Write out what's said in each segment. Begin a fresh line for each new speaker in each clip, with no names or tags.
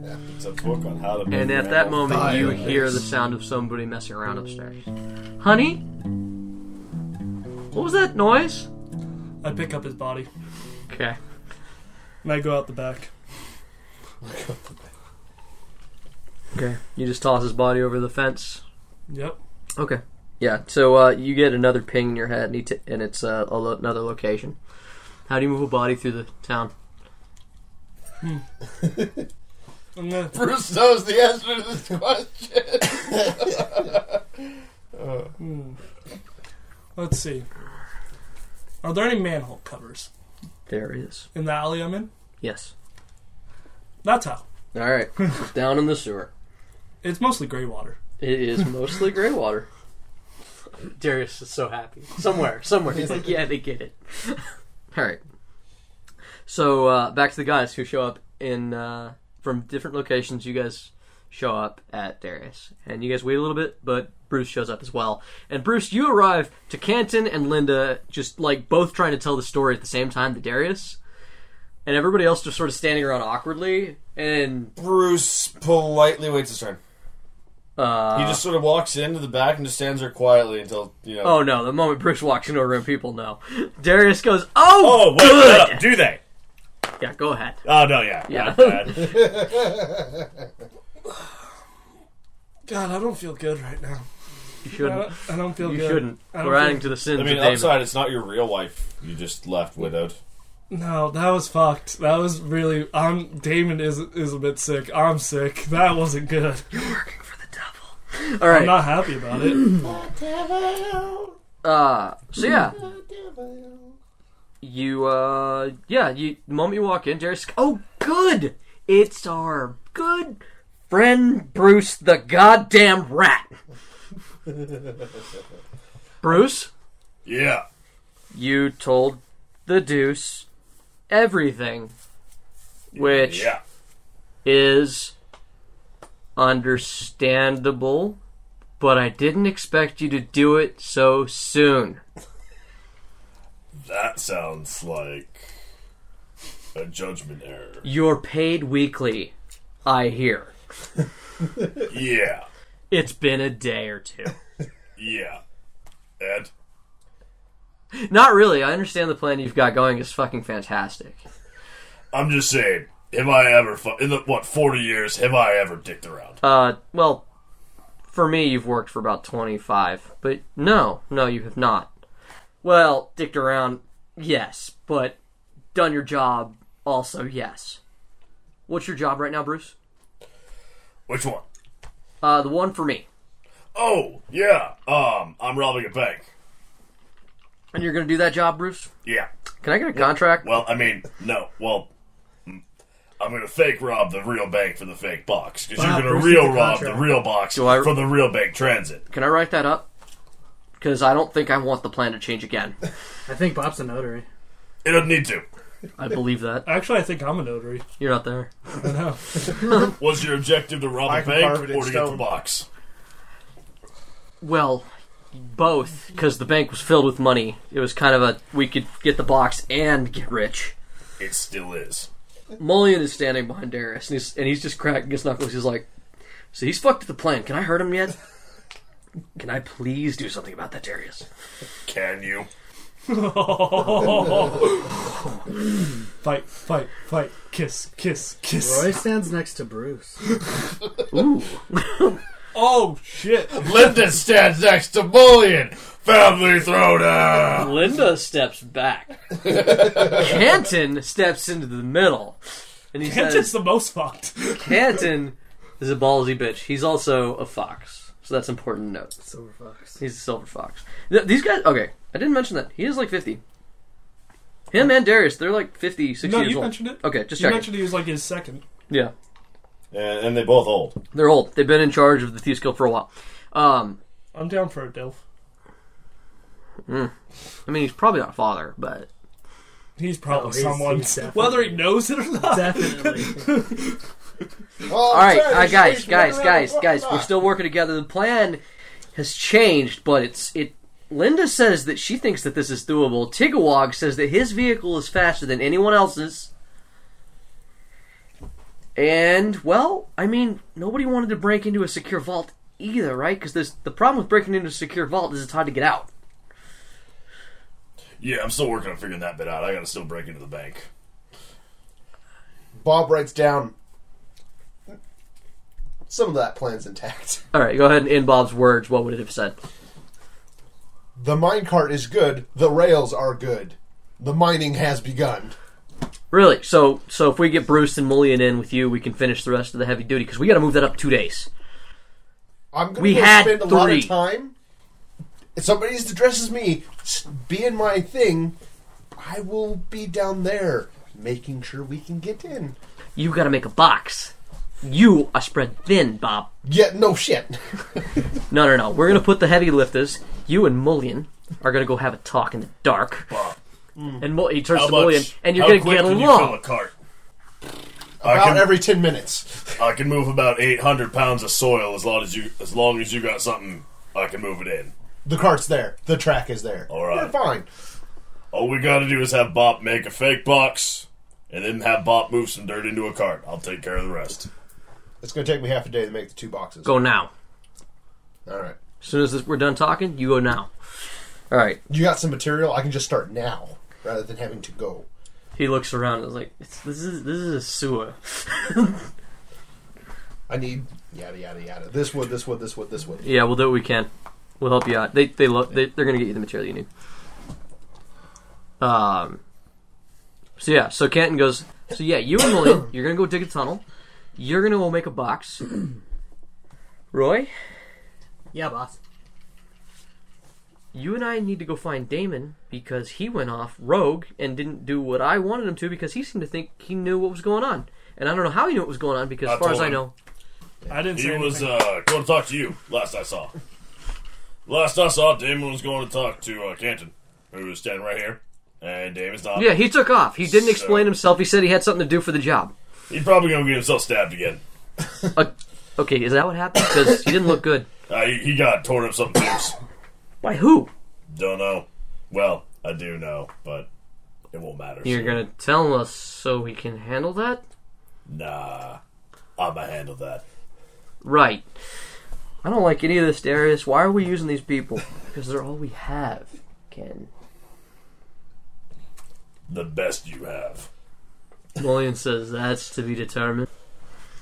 book on how to. Make
And at
random
that moment, you
things.
hear the sound of somebody messing around upstairs. Honey? What was that noise?
I pick up his body
Okay.
and I go out the back.
Okay. You just toss his body over the fence.
Yep.
Okay. Yeah. So uh, you get another ping in your head, and, you t- and it's uh, a lo- another location. How do you move a body through the town?
I'm gonna,
Bruce knows the answer to this question.
hmm. Let's see. Are there any manhole covers
There is.
in the alley I'm in?
Yes.
That's how.
All right. Down in the sewer.
It's mostly gray water.
It is mostly gray water. Darius is so happy. Somewhere, somewhere. He's like, yeah, they get it. All right. So uh, back to the guys who show up in uh, from different locations. You guys show up at Darius, and you guys wait a little bit, but Bruce shows up as well. And Bruce, you arrive to Canton and Linda, just like both trying to tell the story at the same time to Darius, and everybody else just sort of standing around awkwardly. And
Bruce politely waits his turn.
uh,
He just sort of walks into the back and just stands there quietly until you know.
Oh no! The moment Bruce walks into a room, people know. Darius goes,
Oh,
"Oh,
wait,
good."
no, do they?
Yeah, go ahead.
Oh no, yeah,
Yeah.
not bad.
God, I don't feel good right now.
You
I
shouldn't.
don't, I don't feel
You
good.
shouldn't.
I don't
We're adding
feel-
to the sins
I
of
mean,
David.
outside, it's not your real wife. You just left widowed.
No, that was fucked. That was really. I'm Damon is is a bit sick. I'm sick. That wasn't good.
All right.
I'm not happy about it.
uh, so yeah, you. Uh, yeah. You. The moment you walk in, Darius. Oh, good. It's our good friend Bruce, the goddamn rat. Bruce,
yeah.
you told the Deuce everything, which.
Yeah.
is understandable, but I didn't expect you to do it so soon.
That sounds like a judgment error.
You're paid weekly, I hear.
Yeah.
It's been a day or two.
Yeah. And
Not really. I understand the plan you've got going is fucking fantastic.
I'm just saying, have I ever fu- in the what 40 years have I ever dicked around?
Uh, well, for me, you've worked for about 25, but no, no, you have not. Well, dicked around, yes, but done your job, also, yes. What's your job right now, Bruce?
Which one?
Uh, the one for me.
Oh, yeah. Um, I'm robbing a bank.
And you're going to do that job, Bruce?
Yeah.
Can I get a contract?
Well, I mean, no. Well, mm, I'm gonna fake rob the real bank for the fake box because
Ah,
Wow,
you're gonna
Bruce
real
is the
rob the
contract.
real box
Do I-
for the real bank transit.
Can I write that up? Because I don't think I want the plan to change again.
I think Bob's a notary.
It doesn't need to.
I believe that.
Actually, I think I'm a notary.
You're not there.
I know.
Was your objective to rob
I
a
can
bank
carve
or
it
to
in
get the
stone.
box?
Well, both, because the bank was filled with money. It was kind of a we could get the box and get rich.
It still is.
Mullion is standing behind Darius, and he's, and he's just cracking his knuckles. He's like, "So he's fucked with the plan. Can I hurt him yet? Can I please do something about that, Darius?"
Can you?
Fight, fight, fight. Kiss, kiss, kiss.
Roy stands next to Bruce.
Ooh,
Oh shit!
Linda stands next to Bullion.
Family throwdown.
Linda steps back. Canton steps into the middle, and he
It's
says,
just the most fucked.
Canton is a ballsy bitch. He's also a fox, so that's important to note.
Silver Fox.
He's a silver fox. Th- These guys, okay, I didn't mention that. He is like 50. Him and Darius, they're like 50, 60
No,
years
you
old.
mentioned it.
Okay, just
You
checking.
mentioned he was like his second.
yeah,
And, and they both old.
they're old. They've been in charge of the Thieves Guild for a while. Um,
I'm down for a DILF.
I mean, he's probably not a father, but
He's probably
Oh, he's-
someone.
he's definitely-
Whether he knows it or not.
Definitely.
all right, uh, guys, guys, guys, guys, we're still working together. The plan has changed, but it's it. Linda says that she thinks that this is doable. Tigawog says that his vehicle is faster than anyone else's. And well, I mean, nobody wanted to break into a secure vault either, right? Because the problem with breaking into a secure vault is it's hard to get out.
Yeah, I'm still working on figuring that bit out. I gotta still break into the bank.
Bob writes down some of that plan's intact.
All right, go ahead and in Bob's words, what would it have said?
The minecart is good. The rails are good. The mining has begun.
Really? So, so if we get Bruce and Mullion in with you, we can finish the rest of the heavy duty because we got to move that up two days.
I'm gonna
We
go
had
spend a lot
three.
of time. If somebody addresses me, s- be in my thing. I will be down there making sure we can get in.
You got to make a box. You are spread thin, Bob.
Yeah, no shit.
No, no, no. We're gonna put the heavy lifters. You and Mullion are gonna go have a talk in the dark.
Bob.
And Mull- he turns
How
to Mullion,
much?
and you're
how
gonna
quick
get
can you fill
along.
a cart? I
About
can,
every ten minutes.
I can move about 800 pounds of soil as long as you as long as you got something. I can move it in.
The cart's there. The track is there.
All right.
We're fine.
All we gotta do is have Bop make a fake box, and then have Bop move some dirt into a cart. I'll take care of the rest.
It's going to take me half a day to make the two boxes.
Go now.
All right.
As soon as this, we're done talking, you go now. All right.
You got some material. I can just start now rather than having to go.
He looks around and is like, it's, "This is this is a sewer."
I need yada yada yada. This wood, this wood, this wood, this wood.
Yeah, we'll do what we can. We'll help you out. They they love they, they're gonna get you the material you need. Um. So yeah, so Canton goes. So yeah, you and Lillian, you're gonna go dig a tunnel. You're gonna go make a box. Roy,
Yeah, boss.
you and I need to go find Damon because he went off rogue and didn't do what I wanted him to because he seemed to think he knew what was going on. And I don't know how he knew what was going on because,
I
as far as
told
I
him.
know,
I didn't
He
say
was
anything.
uh, going to talk to you last I saw. Last I saw, Damon was going to talk to uh, Canton, who was standing right here, and Damon's not.
yeah, he took off. He didn't
So-
explain himself. He said he had something to do for the job.
He's probably going to get himself stabbed again.
Uh, okay, is that what happened? Because he didn't look good.
Uh, he, he got torn up something loose.
By who?
Don't know. Well, I do know, but it won't matter.
You're
so-
gonna tell us so we can handle that?
Nah, I'ma handle that.
Right. I don't like any of this, Darius. Why are we using these people? Because they're all we have, Ken.
The best you have
Mullion says that's to be determined.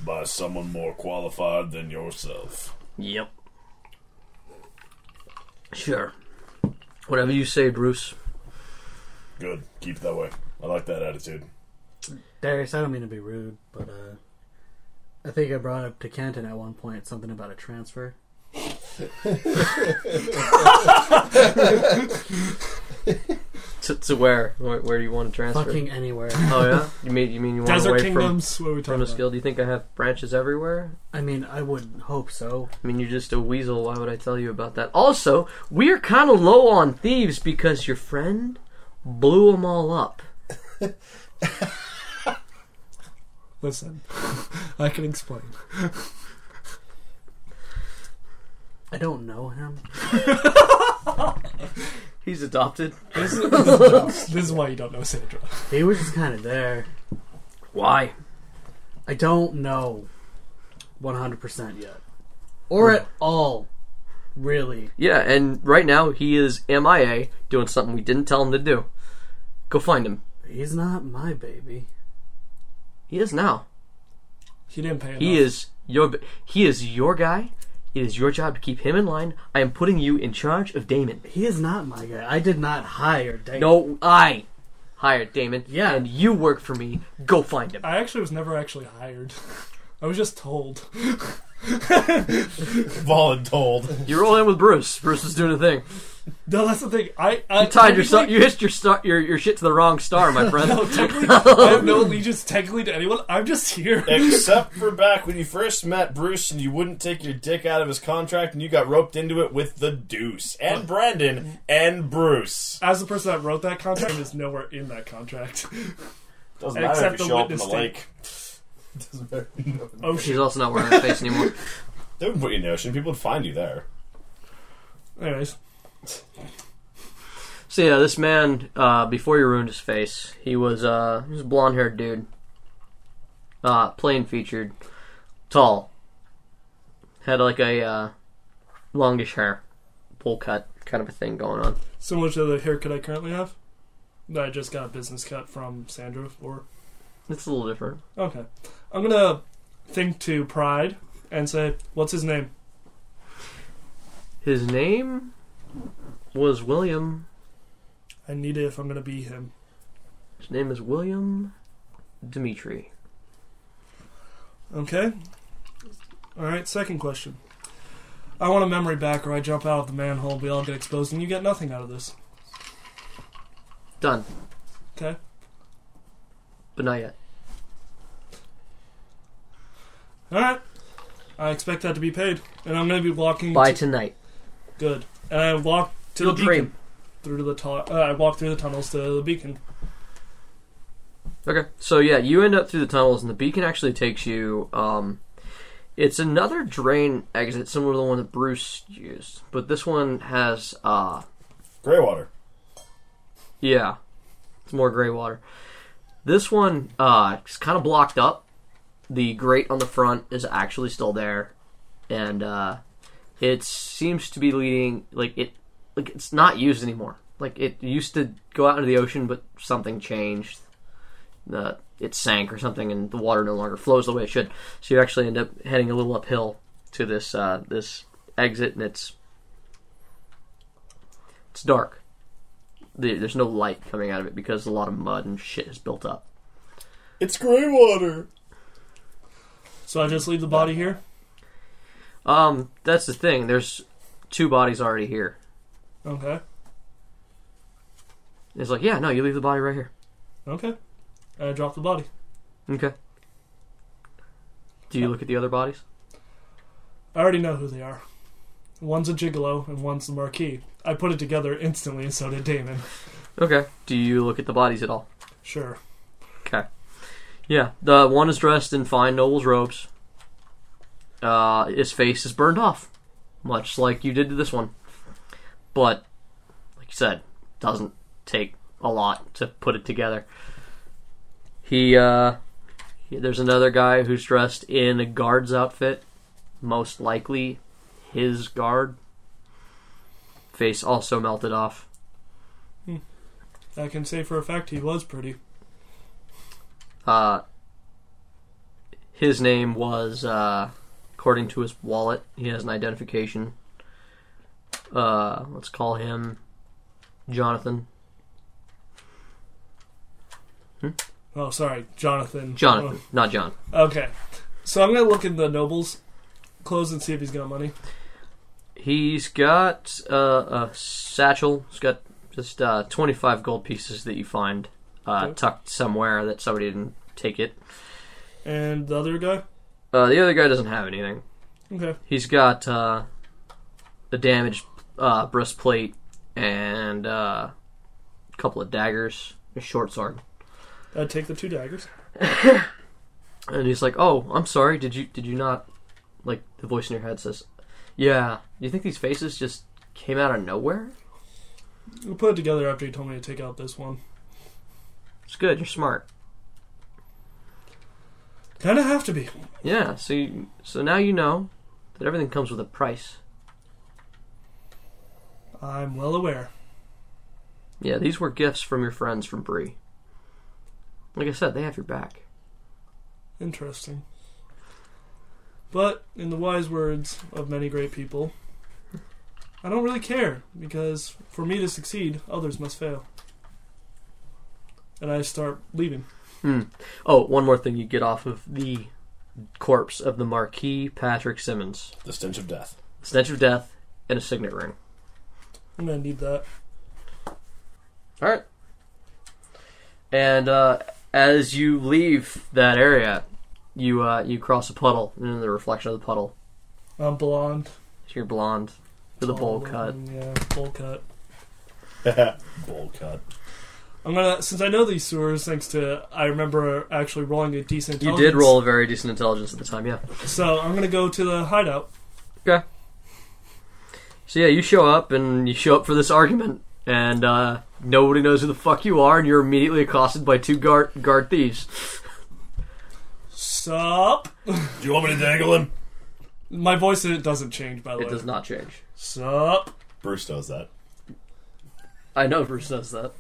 by someone more qualified than yourself.
Yep. Sure. Whatever you say, Bruce.
Good. Keep it that way. I like that attitude.
Darius, I don't mean to be rude, but uh, I think I brought up to Kenton at one point something about a transfer.
To, to where? where? Where do you want to transfer?
Fucking anywhere.
Oh yeah. You mean you mean you want
Desert
away
Kingdoms. what are we
from from
talking
a
about?
skill? Do you think I have branches everywhere?
I mean, I would hope so.
I mean, you're just a weasel. Why would I tell you about that? Also, we're kind of low on thieves because your friend blew them all up.
Listen, I can explain.
I don't know him.
He's adopted.
This is, this is jokes. This is why you don't know Sandra.
He was just kind of there.
Why?
I don't know 100% yet. Or at all, really.
Yeah, and right now he is MIA doing something we didn't tell him to do. Go find him.
He's not my baby.
He is now.
He didn't pay enough.
He is your he is your guy. It is your job to keep him in line. I am putting you in charge of Damon.
He is not my guy. I did not hire Dave.
No, I hired Damon.
Yeah.
and you work for me. Go find him.
I actually was never actually hired. I was just told.
Voluntold.
You're rolling with Bruce. Bruce is doing a thing.
No, that's the thing. I, I
You tied your
technically-
you hitched your star your, your shit to the wrong star, my friend.
Technically, I have no allegiance technically to anyone. I'm just here.
Except for back when you first met Bruce and you wouldn't take your dick out of his contract and you got roped into it with the Deuce and Brandon and Bruce.
As the person that wrote that contract is nowhere in that contract.
Doesn't
Except
matter if
the
you show up in the
witness tape.
lake.
Oh shit.
She's also not wearing her face anymore.
They wouldn't put you in the ocean. People would find you there.
Anyways,
So yeah, this man uh, before he ruined his face, he was uh, he was a blonde haired dude. Uh, plain featured, tall. Had like a uh, longish hair, bowl cut kind of a thing going on.
Similar to the haircut I currently have. That I just got a business cut from Sandra for.
It's a little different.
Okay. I'm gonna think to Pride and say, what's his name?
His name was William.
I need it if I'm gonna be him.
His name is William Dimitri.
Okay? Alright, second question. I want a memory back or I jump out of the manhole, we all get exposed, and you get nothing out of this.
Done,
Okay?
but not yet.
Alright. I expect that to be paid. And I'm gonna be walking
By
to-
tonight.
good. And I walk to
You'll
the beacon.
dream.
Through the tu- uh, I walk through the tunnels to the beacon.
Okay, so yeah, you end up through the tunnels, and the beacon actually takes you. Um, it's another drain exit similar to the one that Bruce used, but this one has, uh,
Greywater.
yeah, it's more gray water. This one uh, is kind of blocked up. The grate on the front is actually still there, and uh, it seems to be leading like it, like it's not used anymore. Like it used to go out into the ocean, but something changed the it sank or something, and the water no longer flows the way it should. So you actually end up heading a little uphill to this uh, this exit, and it's it's dark. The- There's no light coming out of it because a lot of mud and shit has built up.
It's Greywater.
So I just leave the body here?
Um, that's the thing. There's two bodies already here.
Okay.
It's like, yeah, no, you leave the body right here.
Okay. And I drop the body.
Okay. Do you look at the other bodies?
I already know who they are. One's a gigolo and one's the marquis. I put it together instantly, and so did Damon.
Okay. Do you look at the bodies at all?
Sure.
Okay. Yeah, the one is dressed in fine noble's robes. Uh, his face is burned off, much like you did to this one. But, like you said, doesn't take a lot to put it together. He, uh, he- there's another guy who's dressed in a guard's outfit, most likely his guard. Face also melted off.
I can say for a fact he was pretty.
Uh, his name was, uh, according to his wallet, he has an identification. Uh, let's call him Jonathan.
Oh, sorry, Jonathan.
Jonathan, not John.
Oh, okay. So I'm gonna look in the noble's clothes and see if he's got money.
He's got uh, a satchel. He's got just uh, 25 gold pieces that you find uh,
Okay.
tucked somewhere that somebody didn't take it.
And the other guy.
Uh, the other guy doesn't have anything.
Okay.
He's got uh, a damaged uh, breastplate and uh, a couple of daggers, a short sword.
I take the two daggers.
And he's like, "Oh, I'm sorry. Did you did you not like the voice in your head says, "Yeah, you think these faces just came out of nowhere?
I put it together after he told me to take out this one.
It's good. You're smart.
Kind of have to be.
Yeah, so you, so now you know that everything comes with a price.
I'm well aware.
Yeah, these were gifts from your friends from Bree. Like I said, they have your back.
Interesting. But in the wise words of many great people, I don't really care because for me to succeed, others must fail. And I start leaving.
Oh, one more thing you get off of the corpse of the Marquis Patrick Simmons.
The stench of death.
Stench of death and a signet ring.
I'm gonna need that.
All right. And uh, as you leave that area, you uh, you cross a puddle, and in the reflection of the puddle,
I'm blonde.
you're blonde with a bowl
Tall
cut.
woman, Yeah, bowl cut.
Bowl cut.
I'm gonna since I know these sewers, thanks to I remember actually rolling a decent.
You did
intelligence,
roll a very decent intelligence at the time, yeah.
So I'm gonna go to the hideout.
Okay. So yeah, you show up, and you show up for this argument, and uh, nobody knows who the fuck you are, and you're immediately accosted by two guard guard thieves.
Sup?
Do you want me to dangle him?
My voice it doesn't change by the
It
way.
does not change.
Sup?
Bruce knows that.
I know Bruce knows that.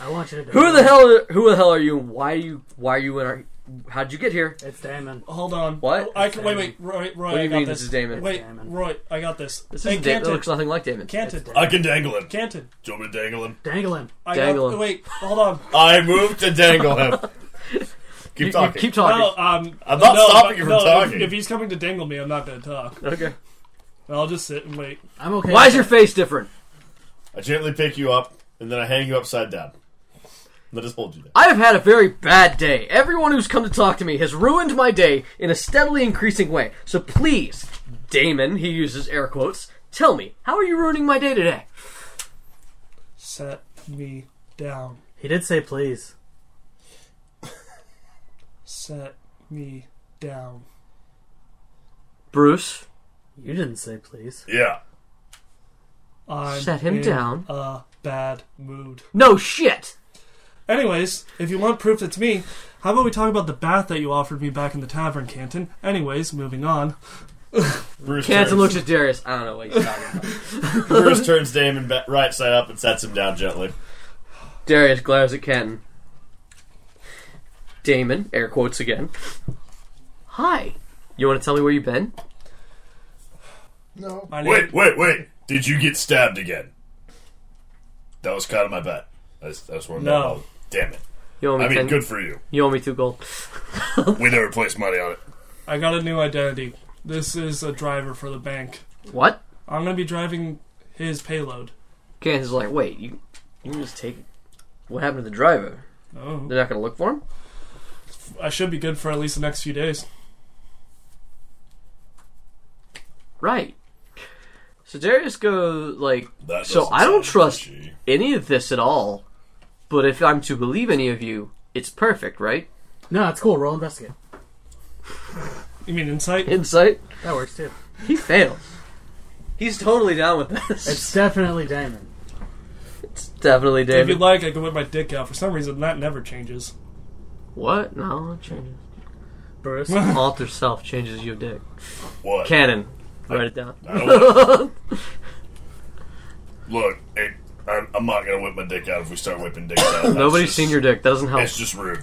I want you to.
Who the hell? Who the hell are you? Why are you? Why are you in our? How'd you get here?
It's Damon.
Hold on.
What?
I can wait. Wait, Roy. Roy
What do
I
you
got
mean
this.
this is Damon?
Wait,
Damon.
Roy. I got this.
This
hey,
isn't. Da- that
Canton.
looks nothing like Damon.
Canton. Uh,
I can dangle him.
Canton.
Do you want me to dangle him?
It's Dangle him.
I
Dangle
got,
him.
Wait. Hold on.
I moved to dangle him. Keep
You- you
talking.
keep talking.
No, um,
I'm not
no,
stopping
if-
you from
no, if-
talking.
If, he's coming to dangle me, I'm not going to talk.
Okay.
I'll just sit and wait.
I'm okay.
Why
with
is your
that.
face different?
I gently pick you up, and then I hang you upside down. And I just hold you there.
I have had a very bad day. Everyone who's come to talk to me has ruined my day in a steadily increasing way. So please, Damon, he uses air quotes, tell me, how are you ruining my day today?
Set me down.
He did say please.
Set me down.
Bruce,
You didn't say please.
Yeah.
I'm
Set him
in
down.
A bad mood.
no shit.
Anyways, if you want proof it's me, how about we talk about the bath that you offered me back in the tavern, Canton? Anyways, moving on.
Bruce
Canton
turns,
looks at Darius. I don't know what he's talking about.
Bruce turns Damon ba- right side up and sets him down gently.
Darius glares at Canton. Damon, air quotes again. Hi. You want to tell me where you've been?
No.
My name-
Wait, wait, wait. Did you get stabbed again? That was kind of my bet. That's that's where I'm
No.
going. Damn it.
You owe me
I mean,
ten-
good for you.
You owe me two gold.
We never placed money on it.
I got a new identity. This is a driver for the bank.
What?
I'm gonna be driving his payload.
Canton's like, wait, you, you can just take. What happened to the driver?
Oh,
They're not going to look for him.
I should be good for at least the next few days.
Right. So Darius goes like,
That
So
doesn't
I don't
sound
trust-
fishy.
any of this at all, but if I'm to believe any of you, it's perfect, right?
No, it's cool. Roll investigate.
You mean insight?
Insight?
That works too.
He fails. He's totally down with this. It's,
It's definitely Damon.
definitely
If
David.
you'd like, I can whip my dick out. For some reason, that never changes.
what? No, it changes.
Bruce.
Alter self changes your dick.
What?
Canon. Write it down.
I don't- Look, it, I'm, I'm not gonna whip my dick out if we start whipping dicks out. That's
Nobody's
just-
seen your dick. That doesn't help.
It's just rude.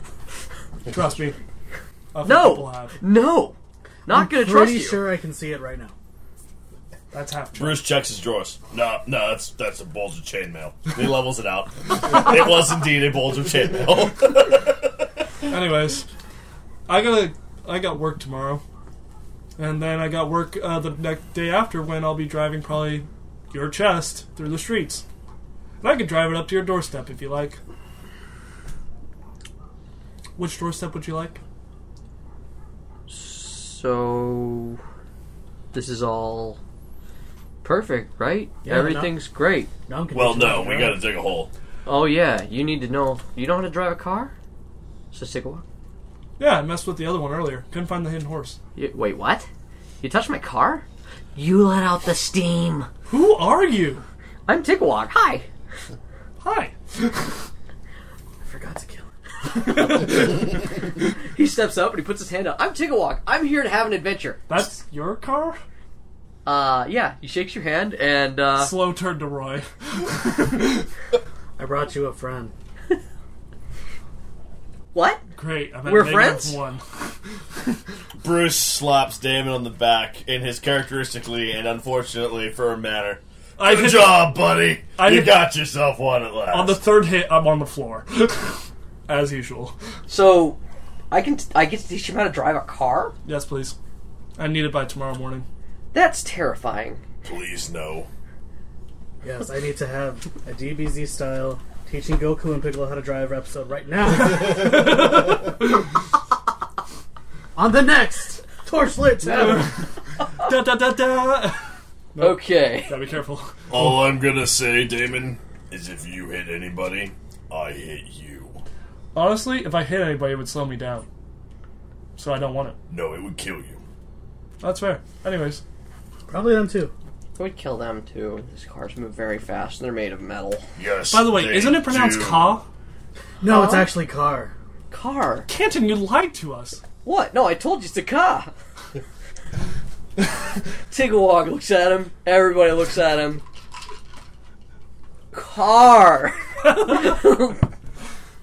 Trust me. A few people
No!
have.
No! Not
I'm
gonna trust
pretty
you.
sure I can see it right now.
That's half true.
Bruce checks his drawers. No, no, that's that's a bulge of chainmail. He levels it out. it was indeed a bulge of chainmail.
Anyways, I gotta. I got work tomorrow, and then I got work uh, the next day after when I'll be driving probably your chest through the streets, and I could drive it up to your doorstep if you like. Which doorstep would you like?
So, this is all perfect, right?
Yeah,
Everything's great.
No one can
Well,
do it.
no, we gotta dig a hole.
Oh yeah, you need to know. You know how to drive a car? So just take a walk.
Yeah, I messed with the other one earlier. Couldn't find the hidden horse.
You, wait, what? You touched my car? You let out the steam.
Who are you?
I'm Tigwalk. Hi.
Hi.
I forgot to kill him.
He steps up and he puts his hand up. I'm Tigwalk. I'm here to have an adventure.
That's your car.
Uh, yeah. He shakes your hand and uh,
Slow turn to Roy.
I brought you a friend.
what?
Great. I'm at
We're
negative
friends?
One.
Bruce slaps Damon on the back in his characteristically and unfortunately firm manner.
I
Good
hit-
job, buddy.
I
you
hit-
got yourself one at last.
On the third hit, I'm on the floor, as usual.
So, I can I get to teach him how to drive a car?
Yes, please. I need it by tomorrow morning.
That's terrifying.
Please no.
Yes, I need to have a DBZ style teaching Goku and Piccolo how to drive episode right now. On the next Torchlit Tavern.
da da da da.
Okay.
Gotta be careful. Oh.
All I'm gonna say, Damon, is if you hit anybody, I hit you.
Honestly, if I hit anybody, it would slow me down. So I don't want it.
No, it would kill you.
That's fair. Anyways,
Probably them too.
I would kill them too. These cars move very fast. They're made of metal.
Yes.
by the way,
they
isn't it pronounced
do.
"ka"?
No, it's
Huh?
actually car.
Car.
Canton, you lied to us.
What? No, I told you it's a car. Tigawog looks at him. Everybody looks at him. Car.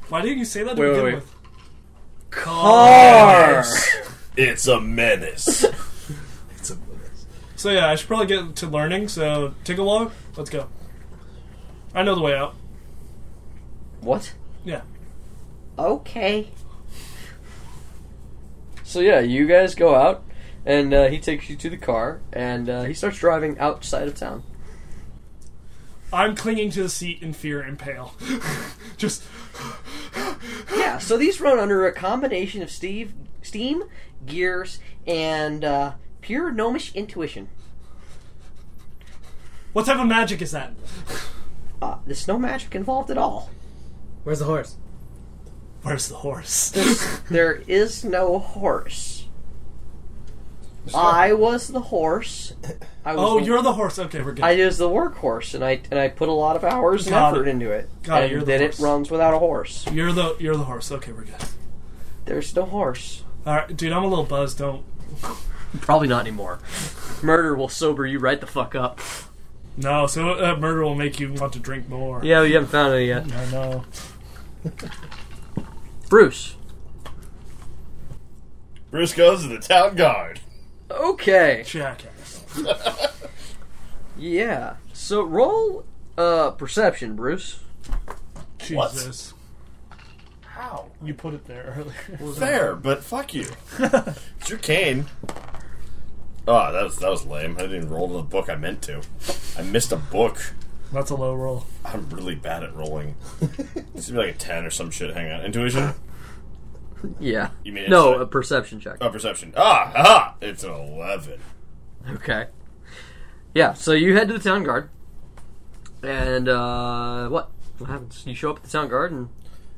Why didn't you say that to
Wait, wait,
begin
wait.
with?
Car.
It's a menace.
It's a
So yeah, I should probably get to learning. So take a log. Let's go. I know the way out.
What?
Yeah.
Okay. So yeah, you guys go out, and uh, he takes you to the car, and uh, he starts driving outside of town.
I'm clinging to the seat in fear and pale. Just
Yeah. So these run under a combination of Steve, steam, gears, and uh, pure gnomish intuition.
what type of magic is that?
Uh, there's no magic involved at all.
Where's the horse?
Where's the horse?
There is no horse. I was the horse. I was
oh,
the-
you're the horse. Okay, we're good.
I was the workhorse, and I and I put a lot of hours and
Got
effort
it.
into it.
Got it,
and
you're the
then
horse.
it runs without a horse.
you're the you're the horse. Okay, we're good.
There's no horse.
All right, dude. I'm a little buzzed. Don't.
Probably not anymore. Murder will sober you right the fuck up.
No. So uh, murder will make you want to drink more.
Yeah, you haven't found any yet.
I know.
Bruce.
Bruce goes to the town guard.
Okay.
Jackass.
Yeah. So roll uh perception, Bruce.
Jesus.
How?
You put it there earlier.
Fair, but fuck you. it's your cane. Oh, that was that was lame. I didn't even roll to the book I meant to. I missed a book.
That's a low roll.
I'm really bad at rolling. This would be like a ten or some shit. Hang on, intuition.
Yeah.
You mean
No,
insight?
a perception check.
Oh, perception. Ah, aha! It's an eleven.
Okay. Yeah, so you head to the town guard. And uh what? What happens? You show up at the town guard and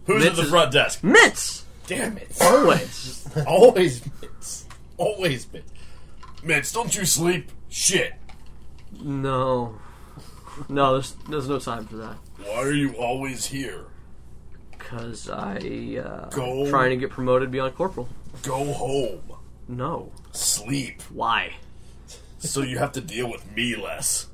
Who's
Mitch
at the
is-
front desk?
Mints!
Damn it!
Always.
Always Mitch. Always Mitch. Mitch, don't you sleep? Shit.
no. No, there's there's no time for that.
Why are you always here?
Cause I uh
Go.
trying to get promoted beyond corporal.
Go home.
No.
Sleep.
Why?
So you have to deal with me less.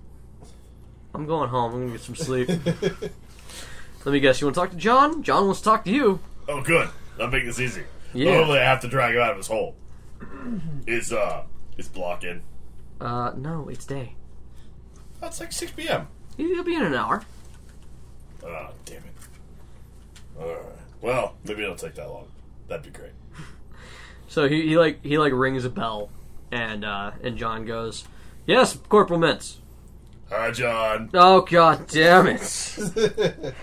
I'm going home. I'm gonna get some sleep. Let me guess. You want to talk to John? John wants to talk to you.
Oh, good. I'll make this easy.
Yeah.
Normally, I have to drag him out of his hole. Is uh, is blocking.
Uh, no, it's day.
That's like six p.m.
He- He'll be in an hour.
Ah, damn it. All right. Well, maybe it'll take that long. That'd be great.
So he, he like he like rings a bell, and uh, and John goes, "Yes, Corporal Mintz."
Hi, John.
Oh God, damn it!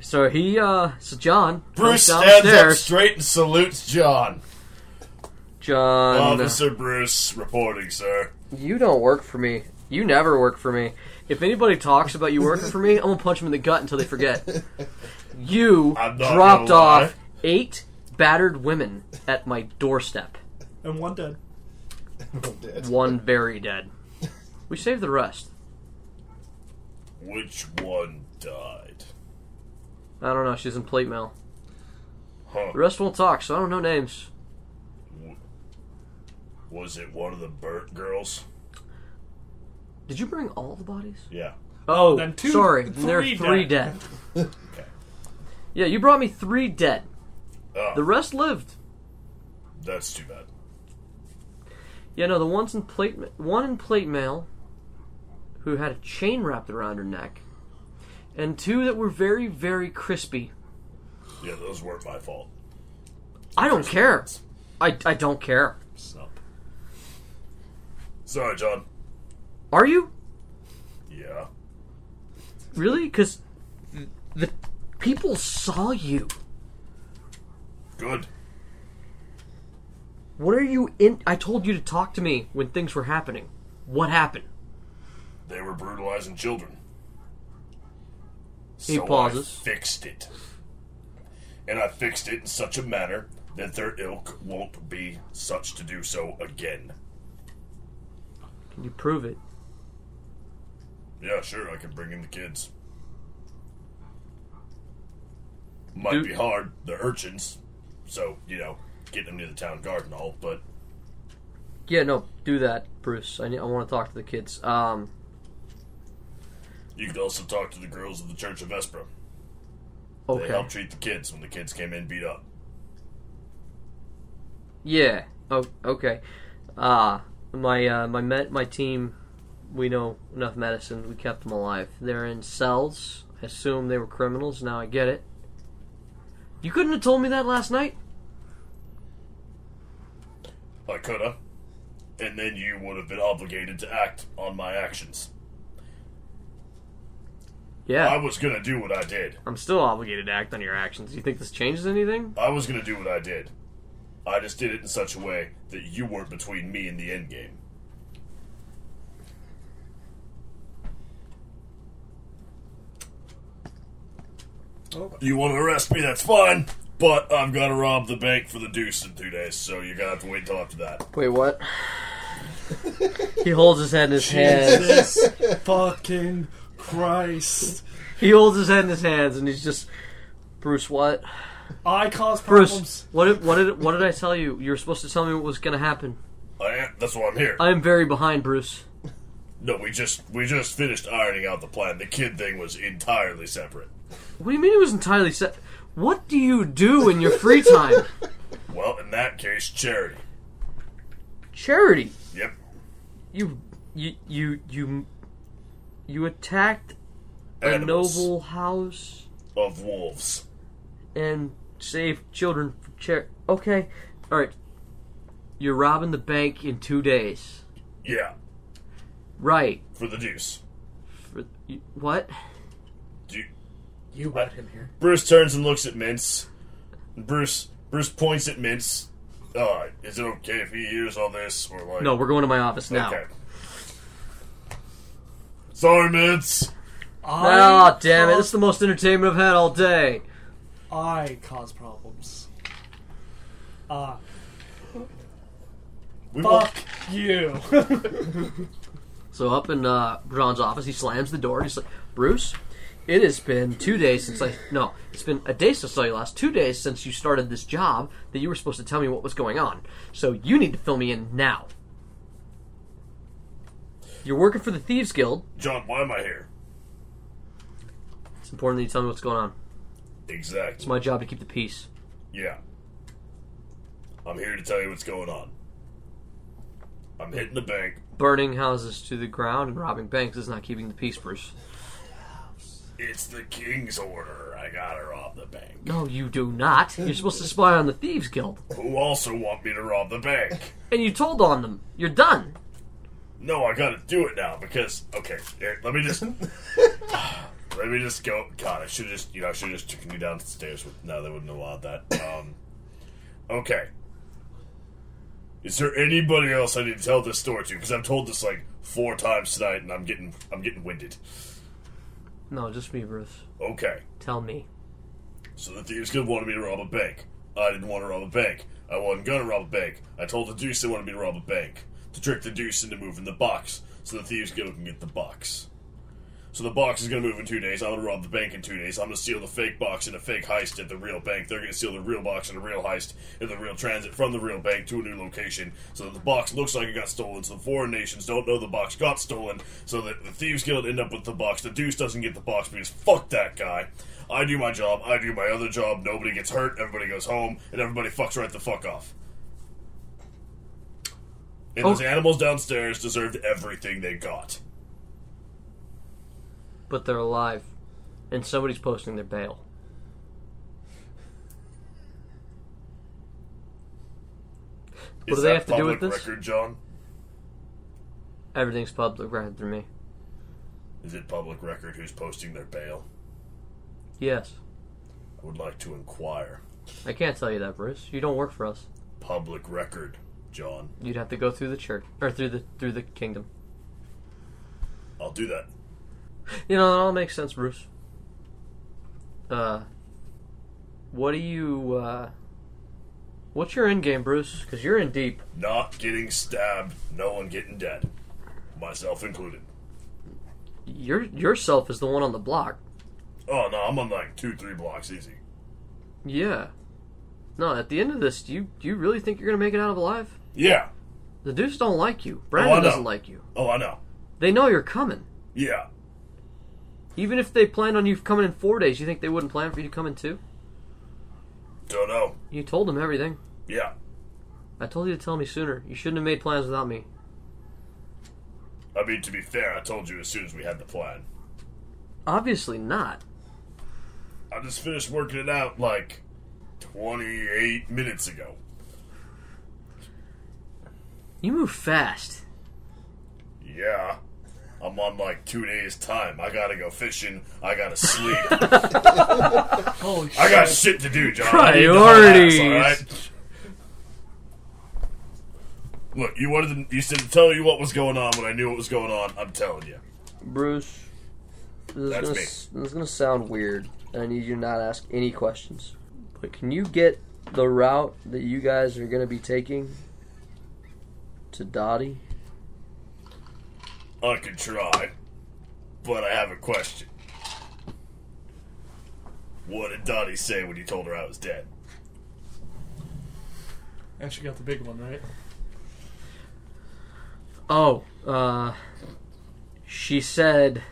so he uh, so John
Bruce
comes
stands up
downstairs.
straight and salutes John.
John,
Officer Bruce, reporting, sir.
you don't work for me. You never work for me. If anybody talks about you working for me, I'm gonna punch them in the gut until they forget. You
I'm not
dropped
gonna lie.
off eight battered women at my doorstep.
And one dead.
One very dead. We saved the rest.
Which one died?
I don't know. She's in plate mail.
Huh?
The rest won't talk, so I don't know names.
Was it one of the Burt girls?
Did you bring all the bodies?
Yeah.
Oh,
then two-
sorry.
three
There's three dead.
dead.
Yeah, you brought me three dead.
Oh,
The rest lived.
that's too bad.
Yeah, no, the ones in plate, ma- one in plate mail, who had a chain wrapped around her neck, and two that were very, very crispy.
Yeah, those weren't my fault.
I don't care. I, I don't care.
Sup. Sorry, John.
Are you
Yeah.
really? Because the people saw you.
Good.
What are you in? I told you to talk to me when things were happening. What happened?
They were brutalizing children.
He
so
pauses.
I fixed it. And I fixed it in such a manner that their ilk won't be such to do so again.
Can you prove it?
Yeah, sure, I can bring in the kids. Might
Do-
be hard, the urchins. So, you know, get them near the town guard and all, but
Yeah, no, do that, Bruce. I, need, I want to talk to the kids. Um,
you could also talk to the girls of the Church of Vespra. They
okay.
helped treat the kids when the kids came in beat up.
Yeah. Oh, okay. Uh my uh, my med, my team. We know enough medicine. We kept them alive. They're in cells. I assume they were criminals. Now I get it. You couldn't have told me that last night.
I coulda. And then you would have been obligated to act on my actions. I
Yeah,
was gonna do what I did.
I'm still obligated to act on your actions. You think this changes anything?
I was gonna do what I did. I just did it in such a way that you weren't between me and the end game.
Oh.
You want to arrest me? That's fine. But I've got to rob the bank for the deuce in two days, so you're gonna have to wait till after that.
Wait, what? he holds his head in his hands.
Jesus fucking Christ.
He holds his head in his hands, and he's just Bruce. What?
I cause
Bruce,
problems.
what did what did what did I tell you? You were supposed to tell me what was going to happen.
I am, that's why I'm here.
I am very behind, Bruce.
no, we just we just finished ironing out the plan. The kid thing was entirely separate.
What do you mean it was entirely set? What do you do in your free time?
Well, in that case, charity.
Charity.
Yep.
You, you, you, you, you attacked a
Animals
noble house
of wolves.
and saved children from charity. Okay, all right. You're robbing the bank in two days,
Yeah,
right?
for the deuce.
For, you, what?
Do you,
You brought him here.
Bruce turns and looks at Mince. Bruce Bruce points at Mince. Uh, is it okay if he hears all this or like?
No, we're going to my office now.
Okay. Sorry, Mince.
Ah,
I
damn it! This is
cause-
the most entertainment I've had all day.
I cause problems. Ah,
We
fuck
won't,
you.
So up in uh, John's office, he slams the door. He's like, "Bruce, it has been two days since I no, it's been a day since I saw you last. Two days since you started this job that you were supposed to tell me what was going on. So you need to fill me in now. You're working for the Thieves Guild.
John, why am I here?
It's important that you tell me what's going on.
Exactly.
It's my job to keep the peace.
yeah. I'm here to tell you what's going on. I'm hitting the bank.
Burning houses to the ground and robbing banks is not keeping the peace, Bruce.
It's the king's order. I gotta rob the bank.
No, you do not. You're supposed to spy on the Thieves Guild,
Who also want me to rob the bank?
and you told on them. You're done.
No, I gotta do it now because okay. Here, let me just let me just go. God, I should just you know I should just taken you down the stairs. With, no, they wouldn't have allowed that. Um, okay. Is there anybody else I need to tell this story to? Because I've told this like four times tonight, and I'm getting I'm getting winded.
No, just me, Bruce.
Okay.
Tell me.
So the thieves guild wanted me to rob a bank. I didn't want to rob a bank. I wasn't gonna rob a bank. I told the deuce they wanted me to rob a bank to trick the deuce into moving the box, so the thieves guild can get the box. So the box is gonna move in two days. I'm gonna rob the bank in two days. I'm gonna steal the fake box in a fake heist at the real bank. They're gonna steal the real box in a real heist in the real transit from the real bank to a new location, so that the box looks like it got stolen. So the foreign nations don't know the box got stolen. So that the thieves guild end up with the box. The deuce doesn't get the box because fuck that guy. I do my job. I do my other job. Nobody gets hurt. Everybody goes home, and everybody fucks right the fuck off. And those
Oh.
animals downstairs deserved everything they got.
but they're alive, and somebody's posting their bail. What
Is
do they
that
have to do with
public
this?
Record, John.
Everything's public record to me.
Is it public record who's posting their bail?
Yes,
I would like to inquire.
I can't tell you that, Bruce. You don't work for us.
Public record, John.
You'd have to go through the church or through the through the kingdom.
I'll do that.
You know, that all makes sense, Bruce. Uh, what do you? uh... What's your end game, Bruce? Because you're in deep.
Not getting stabbed, no one getting dead. Myself included.
Your yourself is the one on the block.
Oh no, I'm on like two, three blocks easy.
Yeah. No, at the end of this, do you do you really think you're gonna make it out of alive?
Yeah.
The Deuce don't like you.
Oh, I
Brandon
know.
doesn't like you.
Oh, I know.
They know you're coming.
Yeah.
Even if they planned on you coming in four days, you think they wouldn't plan for you to come in two?
Don't know.
You told them everything.
Yeah.
I told you to tell me sooner. You shouldn't have made plans without me.
I mean, to be fair, I told you as soon as we had the plan.
Obviously not.
I just finished working it out like 28 minutes ago.
You move fast.
Yeah. I'm on like two days' time. I gotta go fishing. I gotta sleep.
Holy
I got
shit.
shit to do, John. I need to haul ass,
Priorities.
all right? Look, you wanted to, you said to tell you what was going on when I knew what was going on. I'm telling you.
Bruce, this is,
That's
gonna,
me.
s- this is gonna sound weird, and I need you to not ask any questions. But can you get the route that you guys are gonna be taking to Dottie?
I could try, but I have a question. What did Dottie say when you told her I was dead?
Actually, got the big one, right?
Oh, uh, she said.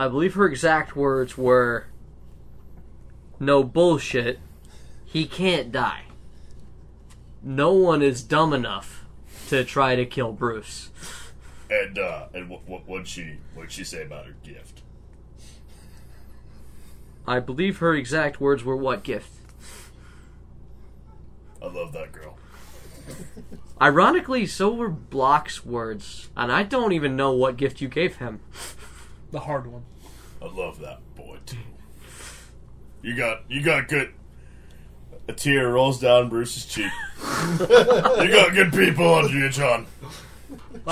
I believe her exact words were, "No bullshit, he can't die. No one is dumb enough to try to kill Bruce."
And uh, and what what what'd she what'd she say about her gift?
I believe her exact words were, "What gift?"
I love that girl.
Ironically, so were Block's words, and I don't even know what gift you gave him.
The hard one.
I love that boy too. You got you got good. A tear rolls down Bruce's cheek. you got good people under you, John.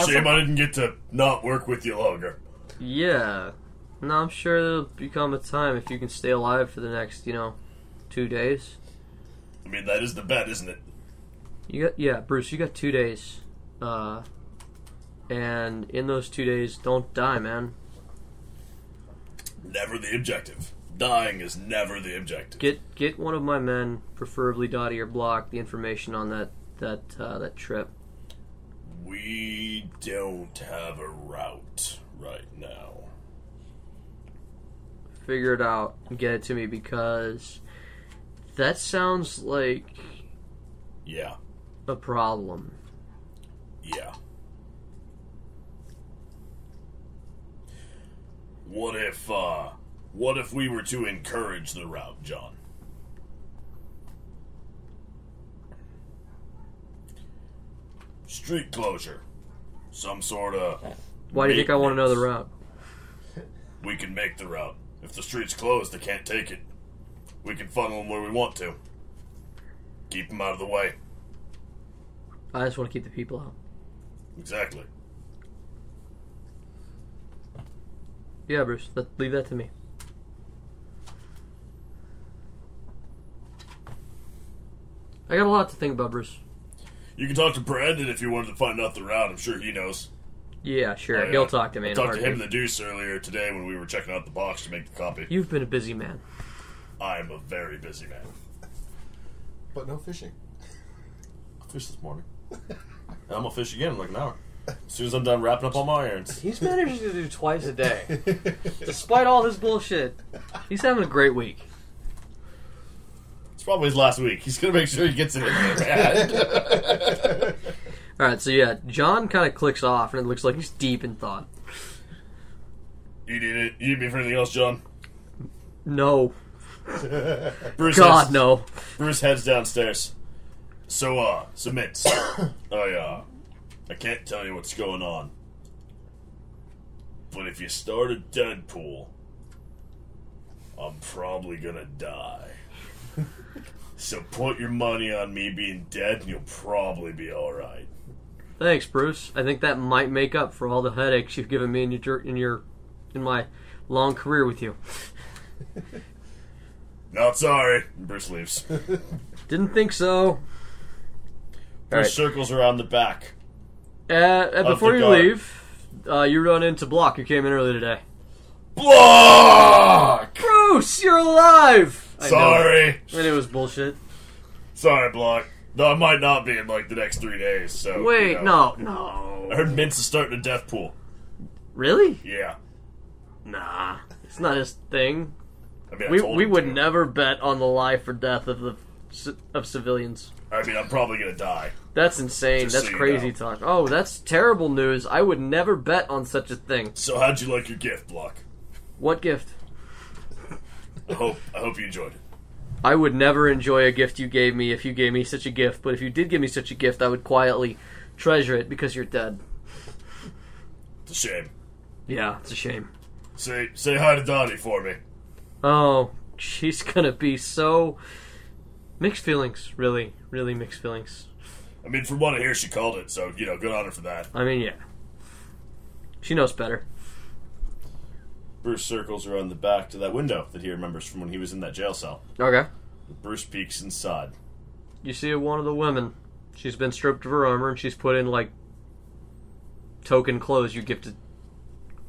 Shame I didn't get to not work with you longer.
Yeah. No, I'm sure there'll become a time if you can stay alive for the next, you know, two days.
I mean, that is the bet, isn't it?
You got yeah, Bruce. You got two days, uh, and in those two days, don't die, man.
Never the objective. Dying is never the objective.
Get get one of my men, preferably Dottie or Block, the information on that that uh, that trip.
We don't have a route right now.
Figure it out and get it to me because that sounds like
Yeah,
a problem.
yeah. What if, uh, what if we were to encourage the route, John? Street closure. Some sort of.
Why do you think I want to know the route?
We can make the route. If the street's closed, they can't take it. We can funnel them where we want to. Keep them out of the way.
I just want to keep the people out.
Exactly.
Yeah, Bruce. Let, leave that to me. I got a lot to think about, Bruce.
You can talk to Brandon if you wanted to find out the route. I'm sure he knows.
Yeah, sure.
I, uh,
He'll talk to me.
I
in a
talked to him
heartbeat.
and the Deuce earlier today when we were checking out the box to make the copy.
You've been a busy man.
I'm a very busy man.
But no fishing.
I'll fish this morning. And I'm gonna fish again in like an hour. As soon as I'm done wrapping up all my irons.
He's managing to do twice a day, despite all his bullshit. He's having a great week.
It's probably his last week. He's gonna make sure he gets it in there, man.
All right, so yeah, John kind of clicks off, and it looks like he's deep in thought.
You need it. You need me for anything else, John?
No,
Bruce
God,
heads,
no.
Bruce heads downstairs. So, uh, submits. I, uh, I can't tell you what's going on. But if you start a Deadpool, I'm probably gonna die. so put your money on me being dead and you'll probably be alright.
Thanks, Bruce. I think that might make up for all the headaches you've given me in your jer- in your in my long career with you.
Not sorry. And Bruce leaves. Bruce
Didn't think so. All right.
circles around the back.
Uh, uh, before you
guard.
leave, uh, you run into Block. who came in early today.
Block!
Bruce, you're alive. I know.
Sorry.
And it was bullshit.
Sorry, Block. No, I might not be in like the next three days, so.
Wait,
you know.
no, no.
I heard Mintz is starting a death pool.
Really?
Yeah.
Nah, it's not his thing.
I mean, I
We
told
we
him
would
to.
never bet on the life or death of the ci- of civilians.
I mean, I'm probably gonna die.
That's insane.
Just
that's
so you
crazy
know.
talk. Oh, that's terrible news. I would never bet on such a thing.
So, how'd you like your gift, Block?
What gift?
I hope I hope you enjoyed it.
I would never enjoy a gift you gave me if you gave me such a gift, but if you did give me such a gift, I would quietly treasure it because you're dead.
It's a shame.
Yeah, it's a shame.
Say say hi to Donnie for me.
Oh, she's gonna be so mixed feelings, really, really mixed feelings.
I mean, from what I hear, she called it, so you know, good on her for that.
I mean, yeah. She knows better.
Bruce circles around the back to that window that he remembers from when he was in that jail cell.
Okay.
Bruce peeks inside.
You see one of the women. She's been stripped of her armor and she's put in like token clothes you give to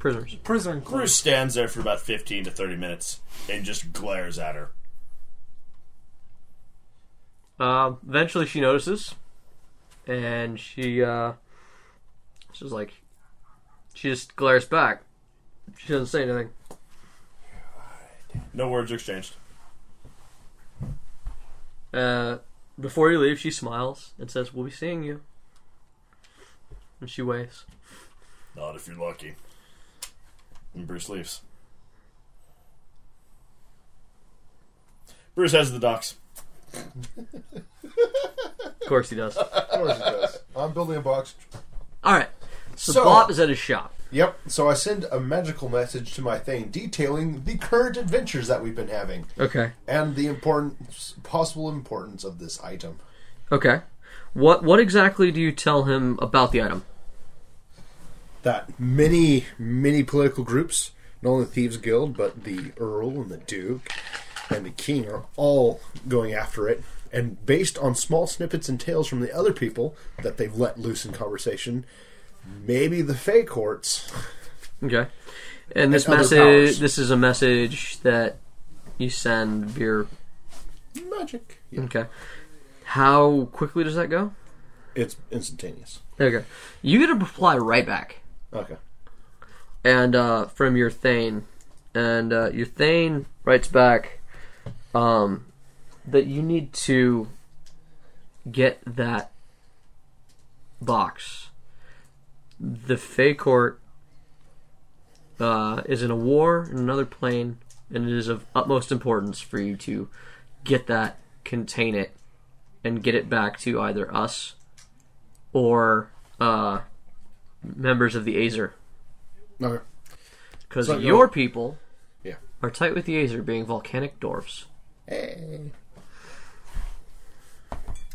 prisoners.
Prison.
Bruce stands there for about 15 to 30 minutes and just glares at her.
Uh, eventually, she notices, and she uh, she's like, she just glares back. She doesn't say anything.
No words are exchanged.
Uh, before you leave, she smiles and says, "We'll be seeing you." And she waves.
Not if you're lucky.
And Bruce leaves. Bruce heads to the docks.
Of course, he does. All
Of course it does. I'm building a box.
right. So,
So-
Bob is at his shop.
Yep. So I send a magical message to my thing detailing the current adventures that we've been having
Okay.
and the importance, possible importance of this item.
Okay. What What exactly do you tell him about the item?
that many, many political groups, not only the Thieves Guild, but the Earl and the Duke and the King are all going after it. And based on small snippets and tales from the other people that they've let loose in conversation, maybe the Fey courts.
Okay. And this
And other
message.
powers.
This is a message that you send your
Magic. Yeah.
Okay. How quickly does that go?
It's instantaneous.
Okay. You get a reply right back,
Okay.
and uh, from your Thane, and uh, your Thane writes back um, that you need to get that box. The Fey Court uh, is in a war in another plane, and it is of utmost importance for you to get that, contain it, and get it back to either us or uh, members of the Azer.
Okay.
Because
So-
your people
Yeah.
are tight with the Azer being volcanic dwarfs.
Hey.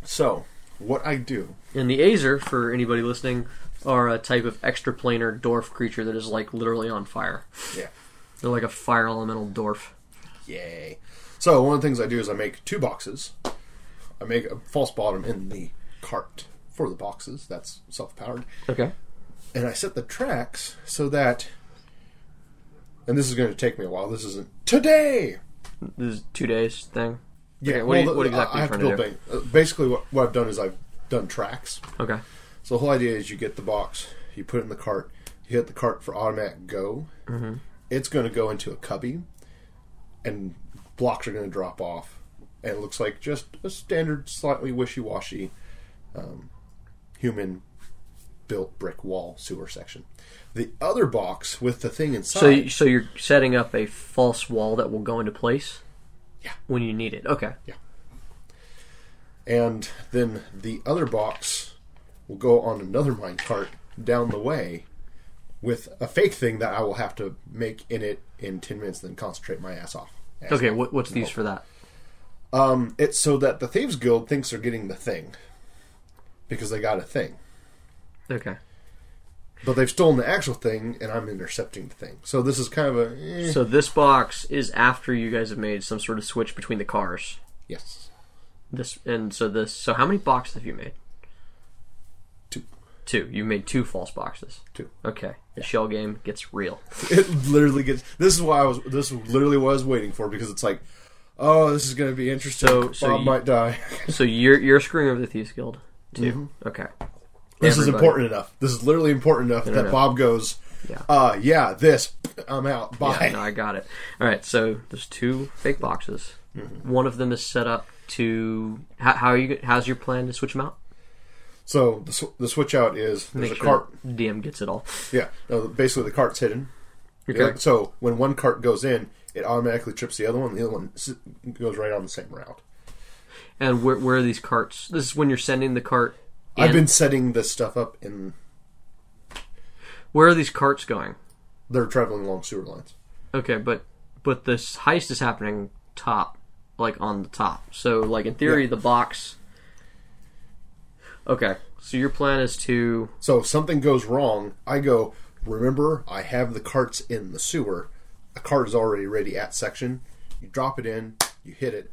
So, what I do.
And the Azer, for anybody listening, are a type of extraplanar dwarf creature that is like literally on fire.
Yeah.
They're like a fire elemental dwarf.
Yay. So one of the things I do is I make two boxes. I make a false bottom in the cart for the boxes. That's self powered.
Okay.
And I set the tracks so that and this is going to take me a while. This isn't today.
This is two days thing.
Yeah.
what do you-
the-
what exactly
I
are
have
you
to
trying
build.
to
Bang. uh, Basically, what, what I've done is I've done tracks.
Okay.
So the whole idea is you get the box, you put it in the cart, you hit the cart for automatic go. It's going to go into a cubby, and blocks are going to drop off, and it looks like just a standard, slightly wishy-washy, um, human-built brick wall sewer section. The other box with the thing inside.
So, you- so you're setting up a false wall that will go into place.
Yeah.
When you need it. Okay.
and then the other box will go on another mine cart down the way with a fake thing that I will have to make in it in 10 minutes then concentrate my ass off. Ass
Okay.
off.
What, what's
Oh.
these for that?
Um, it's so that the Thieves Guild thinks they're getting the thing because they got a thing.
Okay.
But they've stolen the actual thing and I'm intercepting the thing. So this is kind of a. eh,
So this box is after you guys have made some sort of switch between the cars.
yes.
This and so this. So how many boxes have you made?
Two.
Two. You made two false boxes.
Two.
Okay. The shell game gets real.
It literally gets. This is why I was. This literally what I was waiting for because it's like, Oh, this is going to be interesting.
So- so
Bob
you-
might die.
So you're you're screwing over the Thieves Guild too.
Mm-hmm.
Okay.
This is
Everybody.
important enough. This is literally important enough that
no.
Bob goes,
Yeah.
uh, yeah, this, I'm out. Bye.
Yeah, no, I got it. All right, so there's two fake boxes.
Mm-hmm.
One of them is set up to. How, how are you? How's your plan to switch them out?
So the, sw- the switch out is there's
Make
a
sure
cart.
DM gets it all.
Yeah. No, basically, the cart's hidden.
Okay.
Yeah, So when one cart goes in, it automatically trips the other one. The other one s- goes right on the same route.
And where, where are these carts? This is when you're sending the cart.
I've
in.
been setting this stuff up, and
Where are these carts going?
they're traveling along sewer lines.
Okay, but but this heist is happening top, like on the top. So like in theory,
Yeah.
the box. Okay, so your plan is to
So if something goes wrong, I go, remember, I have the carts in the sewer. A cart is already ready at section. You drop it in, you hit it,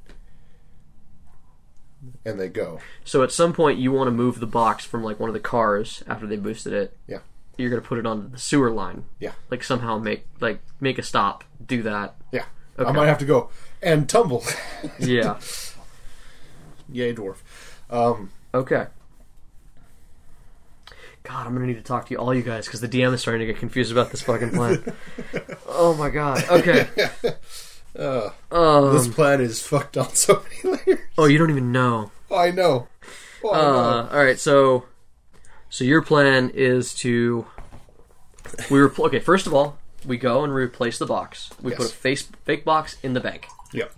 and they go.
So at some point, you want to move the box from like one of the cars after they boosted it.
Yeah.
You're gonna put it onto the sewer line.
Yeah.
Like somehow make like make a stop. Do that.
Yeah.
Okay.
I might have to go and tumble.
Yeah.
Yay, dwarf. Um,
okay. God, I'm gonna need to talk to you all you guys because the DM is starting to get confused about this fucking plan. oh my god. Okay.
this plan is fucked on so many layers.
Oh, you don't even know.
I know. Oh, I know.
Uh, all right. So, so your plan is to we repl- okay. First of all, we go and replace the box. We put a
Yes.
face fake box in the bank.
Yep.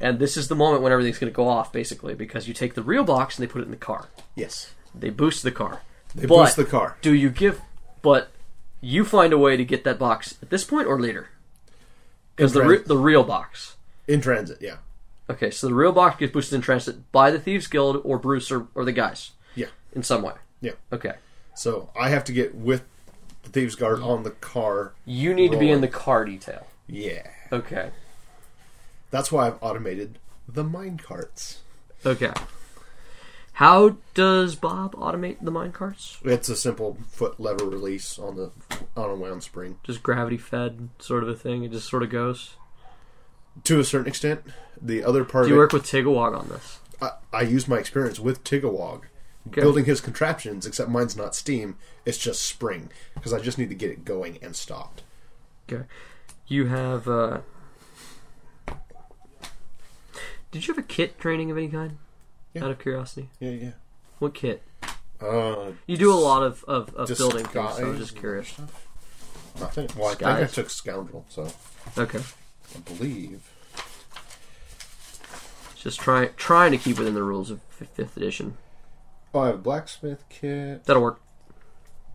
And this is the moment when everything's going to go off, basically, because you take the real box and they put it in the car.
Yes.
They boost the car.
They
But-
boost the car.
Do you give? But you find a way to get that box at this point or later, because the re-
Right.
the real box.
In transit, yeah.
Okay, so the real box gets boosted in transit by the thieves guild or Bruce or, or the guys
Yeah.
in some way.
Yeah.
Okay,
So I have to get with the Thieves Guard on the car.
you need to be in
Roll.
the car detail.
Yeah.
Okay,
That's why I've automated the mine carts.
okay. How does Bob automate the mine carts?
It's a simple foot lever release on the on a wound spring.
Just gravity fed sort of a thing. It just sort of goes.
To a certain extent, the other part
Do
of
you
it-
work with Tigawog on this?
I, I use my experience with Tigawog building his contraptions, except mine's not steam, it's just spring because I just need to get it going and stopped.
Okay. You have uh Did you have a kit training of any kind?
Yeah.
Out of curiosity.
Yeah, yeah.
What kit?
Uh,
You do a lot of, of, of building things, so I'm
Disguise.
just curious.
I think, well, I think I
Skies.
took scoundrel, so
Okay.
I believe.
Just try, trying to keep within the rules of fif- fifth edition.
Oh, I have a blacksmith kit.
That'll work.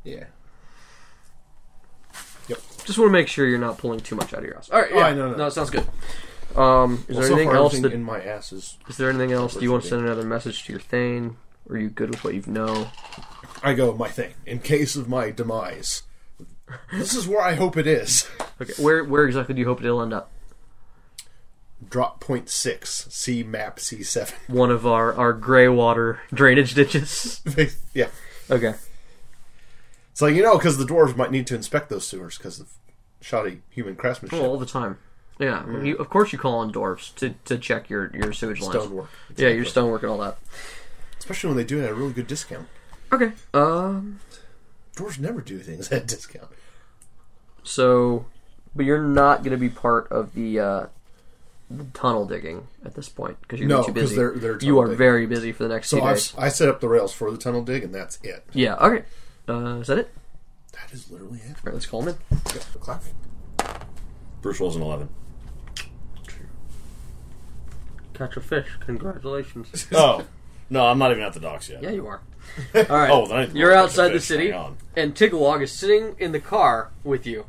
Yeah.
Just want to make sure you're not pulling too much out of your ass. Alright,
Oh,
yeah.
I know, no.
it sounds good. Um, is
Well,
there
so
anything
far,
else
everything
that
in my ass is
is there anything else? Do you want to
Everything.
send another message to your Thane? Are you good with what you know?
I go my thing in case of my demise. This is where I hope it is.
Okay. Where where exactly do you hope it'll end up?
Drop point six. See map C seven.
One of our, our grey water drainage ditches.
yeah.
Okay.
It's like you know because the dwarves might need to inspect those sewers because of shoddy human craftsmanship.
Well, all the time. Yeah, you, of course you call on dwarves to, to check your, your sewage lines.
Stonework.
Yeah, your stonework and all that.
Especially when they do it at a really good discount.
Okay. Um.
Dwarves never do things at a discount.
So, but you're not going to be part of the, uh, the tunnel digging at this point because you're
No,
too
'cause
busy.
they're- they're
you
tunnel
are
digging.
very busy for the next
So
few
I've,
days.
I set up the rails for the tunnel dig, and that's it.
Yeah. Okay. Uh, is that it? All
That is literally it.
right. Let's call him in.
Yep, the clapping.
Bruce rolls an 11.
Catch a fish. Congratulations.
Oh. No, I'm not even at the docks yet.
yeah, you are. All right.
Oh, then I need to
You're
roll a bunch of
outside the
fish.
city,
Hang on.
and Tigawog is sitting in the car with you,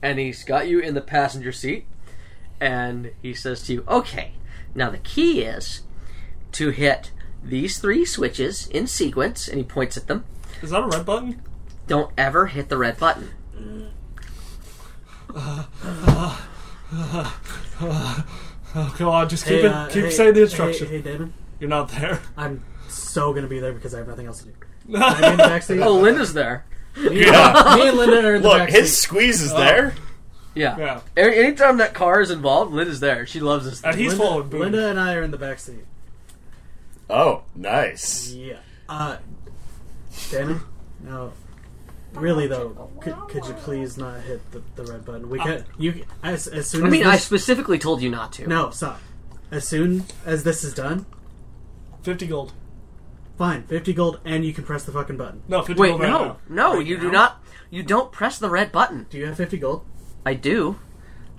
and he's got you in the passenger seat, and he says to you, "Okay, now the key is to hit these three switches in sequence," and he points at them.
Is that a red button?
Don't ever hit the red button.
Oh god, just keep
Hey,
it.
uh,
keep
hey-
saying the
hey-
instruction.
Hey, Damon,
You're not there.
I'm so gonna be there because I have nothing else to do.
I
I'm in the backseat.
Oh, Linda's there.
Me and- me and Linda are in the
Look,
backseat.
his squeeze is there.
Yeah.
Yeah. Uh,
Any, anytime that car is involved, Lynn is there. She loves this.
And
thing.
he's
Linda,
following Boone.
Linda and I are in the back seat.
Oh, nice.
Yeah. Uh, Danny? No. Really though, could, could you please not hit the, the red button? We can you as, as soon
I
as
mean,
this,
I specifically told you not to.
no stop. As soon as this is done,
Fifty gold.
fine, fifty gold, and you can press the fucking button.
No, fifty
Wait,
gold uh, right
no,
now.
no,
Right
you do
now?
not. You don't press the red button.
Do you have fifty gold?
I do.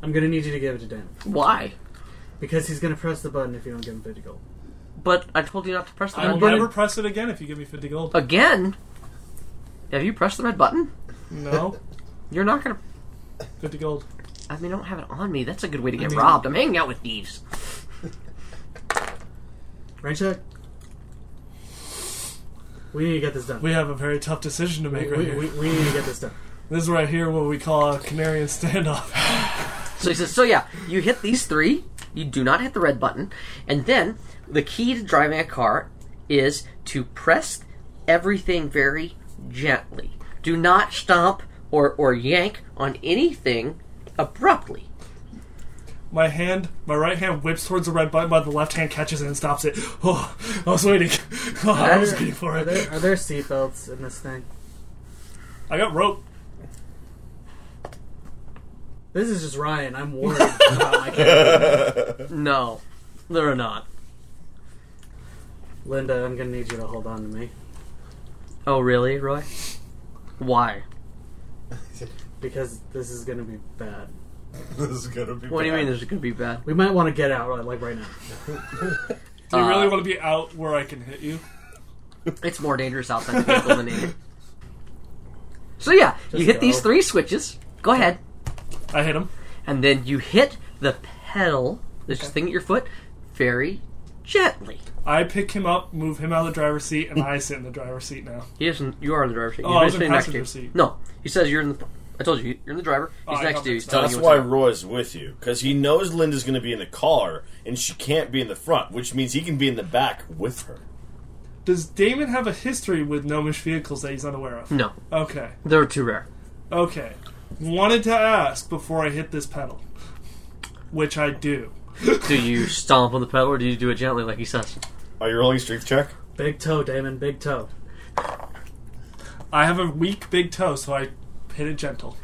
I'm gonna need you to give it to Dan
Why?
because he's gonna press the button if you don't give him fifty gold.
But I told you not to press the
I will
red button
never press it again if you give me fifty gold.
again. Have you pressed the red button?
no,
You're not gonna.
fifty gold.
I mean, I don't have it on me. That's a good way to get
mean-
robbed. I'm hanging out with thieves.
Right check. We need to get this done.
We have a very tough decision to make right
we,
here.
we, we need to get this done.
this is right here what we call a Canarian standoff.
So he says, so yeah, you hit these three, you do not hit the red button, and then the key to driving a car is to press everything very gently. Do not stomp or, or yank on anything abruptly.
My hand, my right hand whips towards the red button, but the left hand catches it and stops it. Oh, I was waiting. Oh, I was waiting for
Are
it.
there, are there seatbelts in this thing?
I got rope.
This is just Ryan. I'm worried about my character.
No, there are not.
Linda, I'm gonna need you to hold on to me
Oh, really, Roy? Why?
because this is gonna be bad.
This is gonna be.
What do you mean this is going to be bad?
We might want to get out right- like right now.
Do you
Uh,
really want to be out where I can hit you?
It's more dangerous outside the vehicle than in it. So yeah, you hit
go.
these three switches. Go ahead.
I hit him.
and then you hit the pedal, this thing at your foot, very gently.
I pick him up, move him out of the driver's seat, and I sit in the driver's seat now.
He isn't. You are in the driver's seat.
Oh,
He's
I was
sitting
in
next to
passenger
you.
seat. Oh,
No, he says you're in the. I told you you're in the driver. He's
I
next
got
to you. He's
mixed
telling
up.
you
That's
what's
why
up.
Roy's with you, because he knows Linda's going to be in the car, and she can't be in the front, which means he can be in the back with her.
Does Damon have a history with gnomish vehicles that he's unaware of?
No,
Okay.
they're too rare.
Okay. Wanted to ask before I hit this pedal, which I do.
Do you stomp on the pedal or do you do it gently, like he says?
Are you rolling strength check?
Big toe, Damon. Big toe.
I have a weak big toe, so I hit it gentle.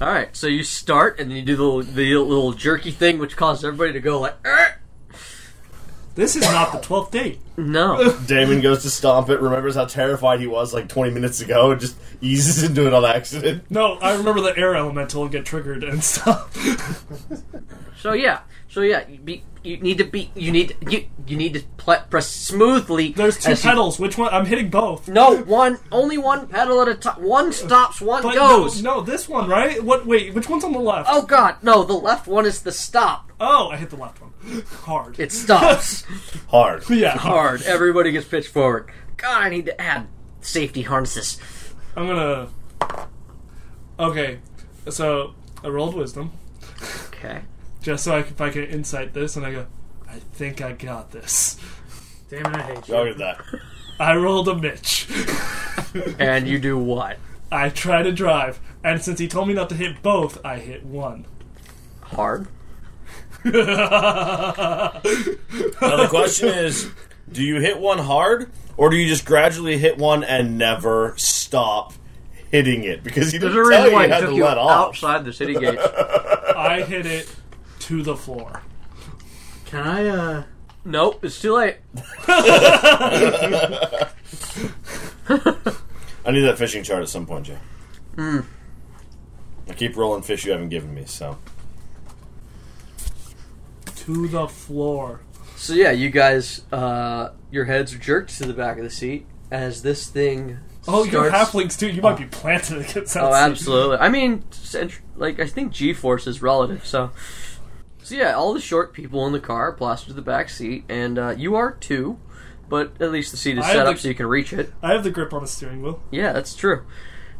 All right, so you start and then you do the little, the little jerky thing, which causes everybody to go like, "Er."
This is not the 12th date.
no.
Damon goes to stomp it, remembers how terrified he was like 20 minutes ago, and just eases into it on accident.
No, I remember the air elemental and get triggered and stuff.
So yeah, so yeah, you, be, you need to be you need you you need to pl- press smoothly.
There's two
as you-
pedals. Which one? I'm hitting both.
No, one, only one pedal at a time. One stops, one
But no,
goes.
no, this one, right? What? Wait, which one's on the left?
Oh god, no, the left one is the stop.
Oh, I hit the left one. Hard.
It stops.
Hard.
yeah, hard.
Hard. Everybody gets pitched forward. God, I need to add safety harnesses.
I'm gonna. Okay, so I rolled wisdom
Okay.
just so I can, if I can insight this, and I go, I think I got this.
Damon, I hate you.
Look at that.
I rolled a Mitch.
And you do what?
I try to drive, and since he told me not to hit both, I hit one.
Hard.
Now the question is, do you hit one hard, or do you just gradually hit one and never stop hitting it? Because he
There's
didn't
a
tell
reason
you
why
you
he
had
took
to
you
let off.
outside the city gates.
I hit it to the floor.
Can I? uh...
nope, it's too late.
I need that fishing chart at some point, Jay.
Hmm.
I keep rolling fish you haven't given me, so.
To the floor.
So yeah, you guys, uh, your heads are jerked to the back of the seat as this thing.
Oh, you're
starts-
halflings too. You might be planted against that.
Oh,
seat.
absolutely. I mean, cent- like I think G-force is relative. So, so yeah, all the short people in the car are plastered to the back seat, and uh, you are too. But at least the seat is
I
set
have
up
the-
so you can reach it.
I have the grip on the steering wheel.
Yeah, that's true.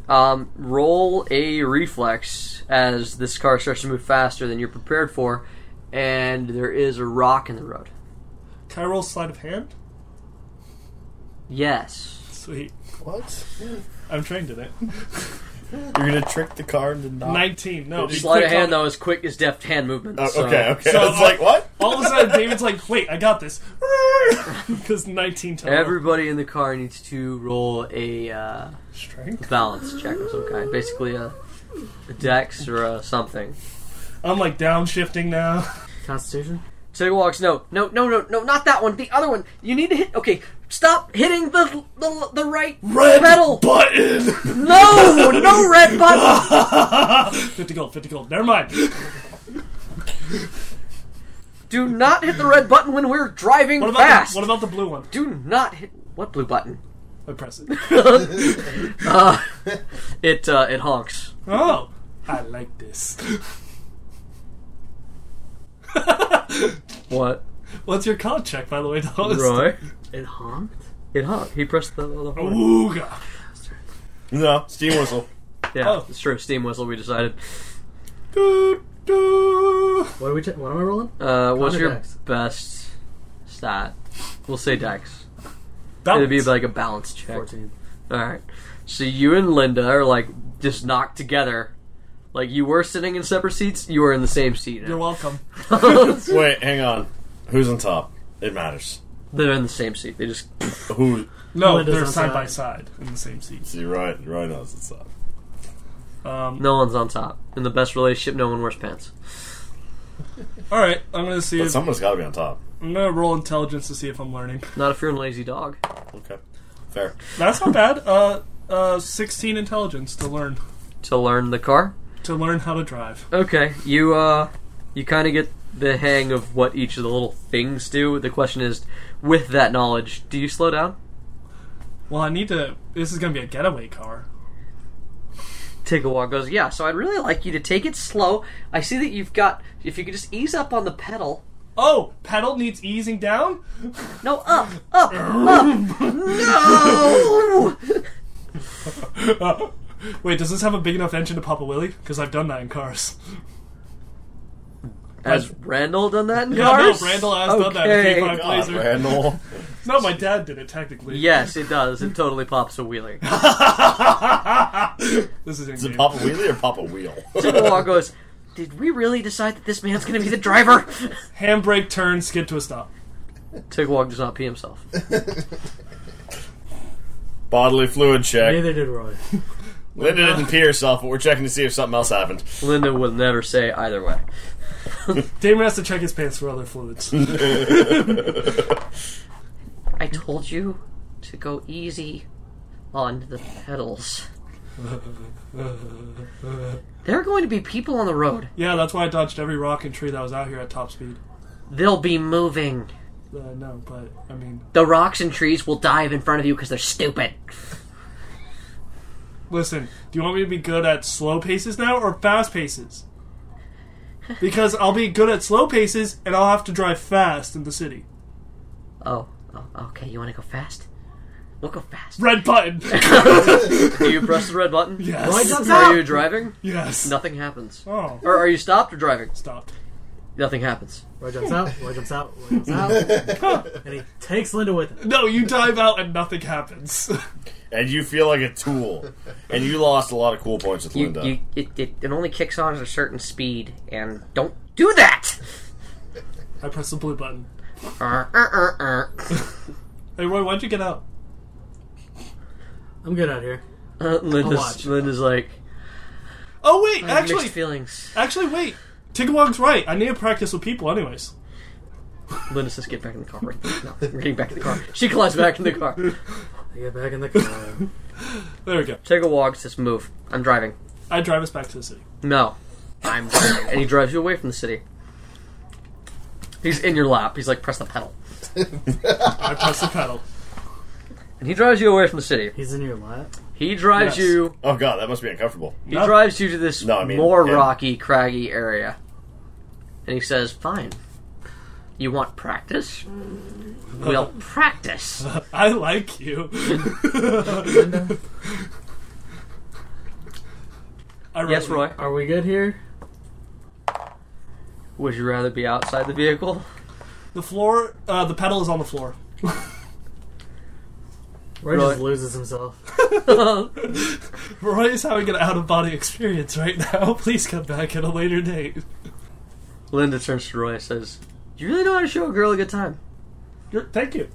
Um, roll a reflex as this car starts to move faster than you're prepared for, and there is a rock in the road.
Can I roll sleight of hand?
Yes.
Sweet.
What?
I'm trained in it.
You're gonna trick the car into not.
19. No. be
Sleight of
quick
hand
on
though is quick as deft hand movement.
Oh,
so-
okay, okay.
So,
it's like what?
it. All of a sudden, David's like, wait, I got this. Because 19 total.
Everybody in the car needs to roll a uh,
Strength.
balance check of some kind. Basically, a, a dex or a something.
I'm like downshifting now.
Constitution?
Tiger walks. No, no, no, no, no, not that one. The other one. You need to hit. Okay, stop hitting the the, the right
Red
pedal.
button.
no, no red button.
50 gold, 50 gold. Never mind.
Do not hit the red button when we're driving
What about,
fast.
the, what about the blue one?
Do not hit what blue button? Uh,
I press it.
It uh, it honks.
Oh, I like this.
What?
What's your con check, by the way, Dallas?
Roy?
It honked?
It honked. He pressed the, the horn.
Ooga.
No, steam whistle.
Yeah,
Oh.
it's true. Steam whistle. We decided.
Doo, doo.
What are we? T- what am I rolling?
Uh, what's
Kinda
your
dex.
best stat? We'll say dex.
Balance.
It'd be like a balance check.
Fourteen.
All right. So you and Linda are like just knocked together. Like you were sitting in separate seats, you were in the same seat.
You're
Now.
welcome.
Wait, hang on. Who's on top? It matters.
They're in the same seat. They just
Who?
No,
Melinda's
they're
on
side
top.
by side in the same seats.
See, Ryan, Ryan knows it's uh, up.
Um,
no one's on top. In the best relationship, no one wears pants.
All right, I'm gonna see.
But
If, I'm
someone's got to be on top.
gonna roll intelligence to see if I'm learning.
Not if you're in lazy dog.
Okay, fair.
That's not bad. Uh, uh, 16 intelligence to learn
To learn the car.
to learn how to drive.
Okay, you uh, you kind of get the hang of what each of the little things do. The question is, with that knowledge, do you slow down?
Well, I need to. This is gonna be a getaway car.
Take a walk goes, yeah, so I'd really like you to take it slow. I see that you've got, if you could just ease up on the pedal.
Oh, pedal needs easing down.
No, up, up, up. No!
Wait, does this have a big enough engine to pop a wheelie? Because I've done that in cars.
Has Randall done that in
Yeah,
cars?
no, Randall has done that.
Okay.
He gave my
God,
blazer.
Randall.
No, my dad did it technically.
Yes, it does. It totally pops a wheelie.
this is in
Is it
game.
pop a wheelie or pop a wheel?
Chippewa goes, did we really decide that this man's going to be the driver?
Handbrake turn, skid to a stop.
Chippewa does not pee himself.
Bodily fluid check.
Neither did Roy.
Linda didn't pee herself, but we're checking to see if something else happened.
Linda will never say either way.
Damon has to check his pants for other fluids.
I told you to go easy on the pedals. there are going to be people on the road.
yeah, that's why I dodged every rock and tree that was out here at top speed.
They'll be moving.
Uh, no, but I mean,
The rocks and trees will dive in front of you because they're stupid.
listen. Do you want me to be good at slow paces now or fast paces? Because I'll be good at slow paces and I'll have to drive fast in the city.
Oh, oh okay. You want to go fast? We'll go fast.
Red button.
Do you press the red button?
yes.
Are you driving?
Yes.
Nothing happens.
Oh,
Or are you stopped or driving?
stopped.
Nothing happens.
Roy jumps out. Roy jumps out. Roy jumps out. and he takes Linda with him.
No, you dive out and nothing happens.
And you feel like a tool. And you lost a lot of cool points with
You,
Linda.
you, it, it, it only kicks on at a certain speed, and don't do that!
I press the blue button.
Uh, uh, uh, uh.
Hey Roy, why'd you get out?
I'm good out here.
Uh, Linda's,
watch.
Linda's like,
Oh wait,
I have
actually,
mixed feelings.
actually, wait. Tigawog's right. I need to practice with people, anyways.
Linda says, "Get back in the car." Right? now." No, we're getting back in the car. She climbs back in the car.
I get back in the car.
There we go.
Take a walk. Says, "Move. I'm driving."
I drive us back to the city.
No, I'm driving. and he drives you away from the city. He's in your lap. He's like, "Press the pedal,"
I press the pedal.
and he drives you away from the city.
He's in your lap.
He drives
Yes.
you.
oh god, that must be uncomfortable.
He
No.
drives you to this
No, I mean,
more
him.
rocky, craggy area, and he says, "Fine. You want practice? We'll practice."
I like you. I
yes,
really-
Roy.
Are we good here?
Would you rather be outside the vehicle?
The floor, uh, the pedal is on the floor.
Roy,
Roy.
just loses himself.
Roy is having an out of body experience right now. Please come back at a later date.
Linda turns to Roy and says, "You really know how to show a girl a good time."
You're, thank you.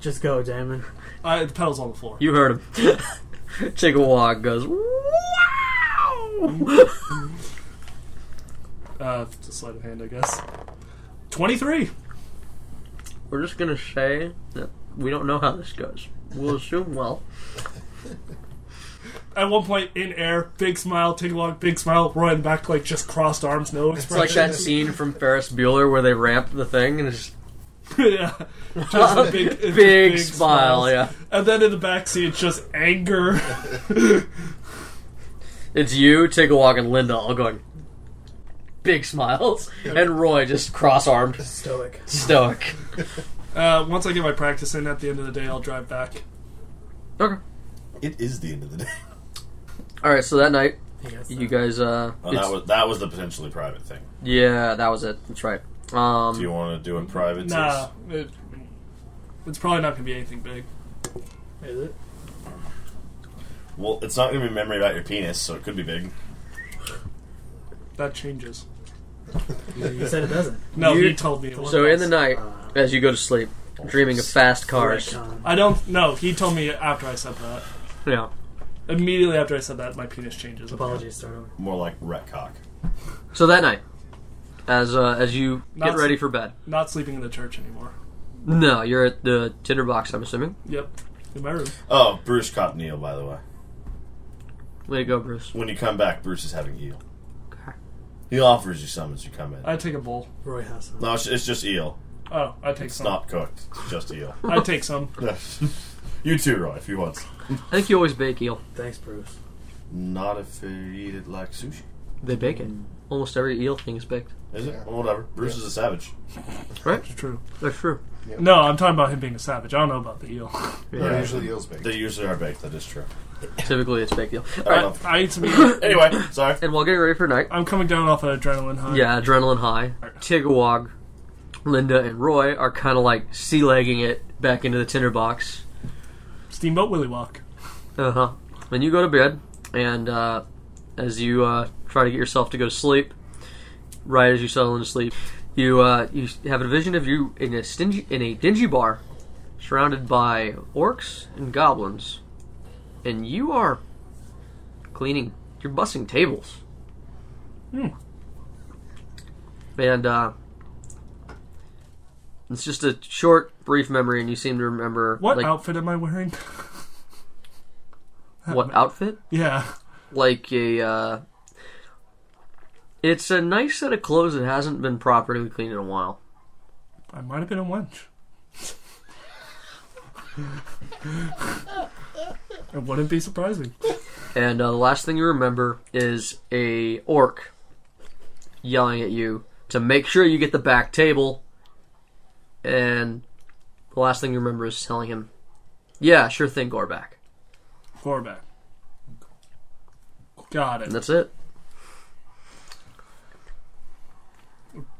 Just go, Damon.
Uh, the pedal's on the floor.
You heard him. Chickawaw goes, "Wow!"
Uh, it's a sleight of hand, I guess. 23.
We're just gonna say that we don't know how this goes. We'll assume well.
At one point, in air, big smile, ting along, big smile, Roy and back, like, just crossed arms, no
It's like
expression.
that scene from Ferris Bueller where they ramp the thing and it's
yeah. Just a big,
big,
big
smile. Yeah,
smiles. And then in the backseat, it's just anger.
it's you, Chickawaw, and Linda all going big smiles, and Roy just cross-armed,
Stoic.
stoic.
uh, once I get my practice in at the end of the day, I'll drive back.
Okay.
It is the end of the day.
All right. So that night,
I guess,
you guys. Uh,
Oh,
it's-
that was that was the potentially private thing.
yeah, that was it. That's right. Um,
Do you want to do in private?
Nah, it, it's probably not going to be anything big.
Is it?
sis? Well, it's not going to be a memory about your penis, so it could be big.
That changes.
You said it doesn't.
No,
You-
he told me. It was
so in the
night,
night, as you go to sleep, dreaming of fast cars.
Retcon.
I don't. No, he told me after I said that.
Yeah.
Immediately after I said that, my penis changes.
Apologies, start over.
More like ret cock.
So that night, as uh, as you get
Not-
ready for bed,
Not sleeping in the church anymore.
no, you're at the tinderbox. I'm assuming.
Yep. In my room.
Oh, Bruce caught Neil, by the way.
Way to go, Bruce.
When you come back, Bruce is having eel. He offers you some as you come in.
I take a bowl.
Roy Hassan.
No, it's, it's just eel.
Oh, I take
It's
some.
not cooked. It's just eel.
I take some.
you too, Roy, if you want. some.
I think you always bake eel.
Thanks, Bruce.
Not if you eat it like sushi.
They bake it. Almost every eel thing is baked.
Is it? Well, whatever. Bruce is a savage.
It's true.
That's true.
No, I'm talking about him being a savage. I don't know about the eel.
Yeah, usually eels big.
They usually are baked. That is true.
Typically, it's baked eel.
I
All right.
don't know.
I eat some eel.
Anyway, sorry.
And while getting ready for night,
I'm coming down off an adrenaline high.
yeah, adrenaline high. Tigawag, Linda, and Roy are kind of like sea legging it back into the tinderbox.
Steamboat Willy Walk.
Uh huh. And you go to bed, and uh, as you uh, try to get yourself to go to sleep, right as you settle into sleep, you uh, you have a vision of you in a stingy in a dingy bar, surrounded by orcs and goblins, and you are cleaning. You're bussing tables. Hmm. And uh, it's just a short, brief memory, and you seem to remember
What
like
outfit am I wearing?
what outfit.
yeah.
like a uh, it's a nice set of clothes that hasn't been properly cleaned in a while
I might have been a wench. it wouldn't be surprising.
and uh, the last thing you remember is a orc yelling at you to make sure you get the back table and the last thing you remember is telling him yeah sure thing gorback
Quarterback. Got it.
and that's it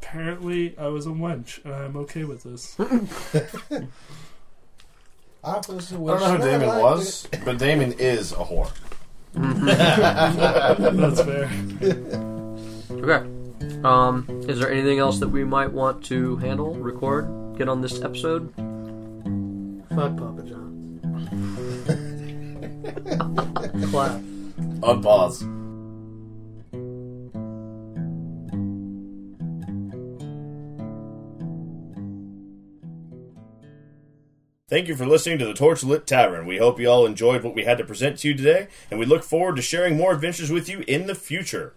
Apparently, I was a wench, and I'm okay with this.
I was
I don't know who Damon was, but Damon is a whore.
That's fair.
okay um is there anything else that we might want to handle record get on this episode
Fuck Papa John. Clap.
Oh, Unpause. Thank you for listening to the Torch Lit Tavern. We hope you all enjoyed what we had to present to you today, and we look forward to sharing more adventures with you in the future.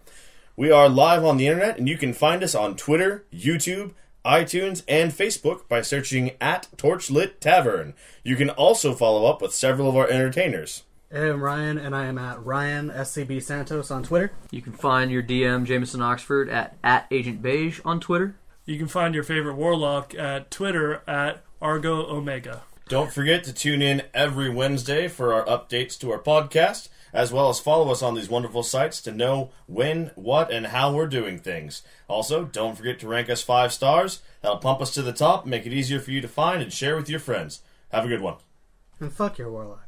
We are live on the internet, and you can find us on Twitter, YouTube, iTunes, and Facebook by searching at Torchlit Tavern. You can also follow up with several of our entertainers.
I am Ryan, and I am at Ryan SCB Santos on Twitter.
You can find your DM Jameson Oxford at, at Agent Beige on Twitter.
You can find your favorite warlock at Twitter at Argo Omega.
Don't forget to tune in every Wednesday for our updates to our podcast, as well as follow us on these wonderful sites to know when, what, and how we're doing things. Also, don't forget to rank us five stars. That'll pump us to the top, make it easier for you to find and share with your friends. Have a good one.
And fuck your warlock.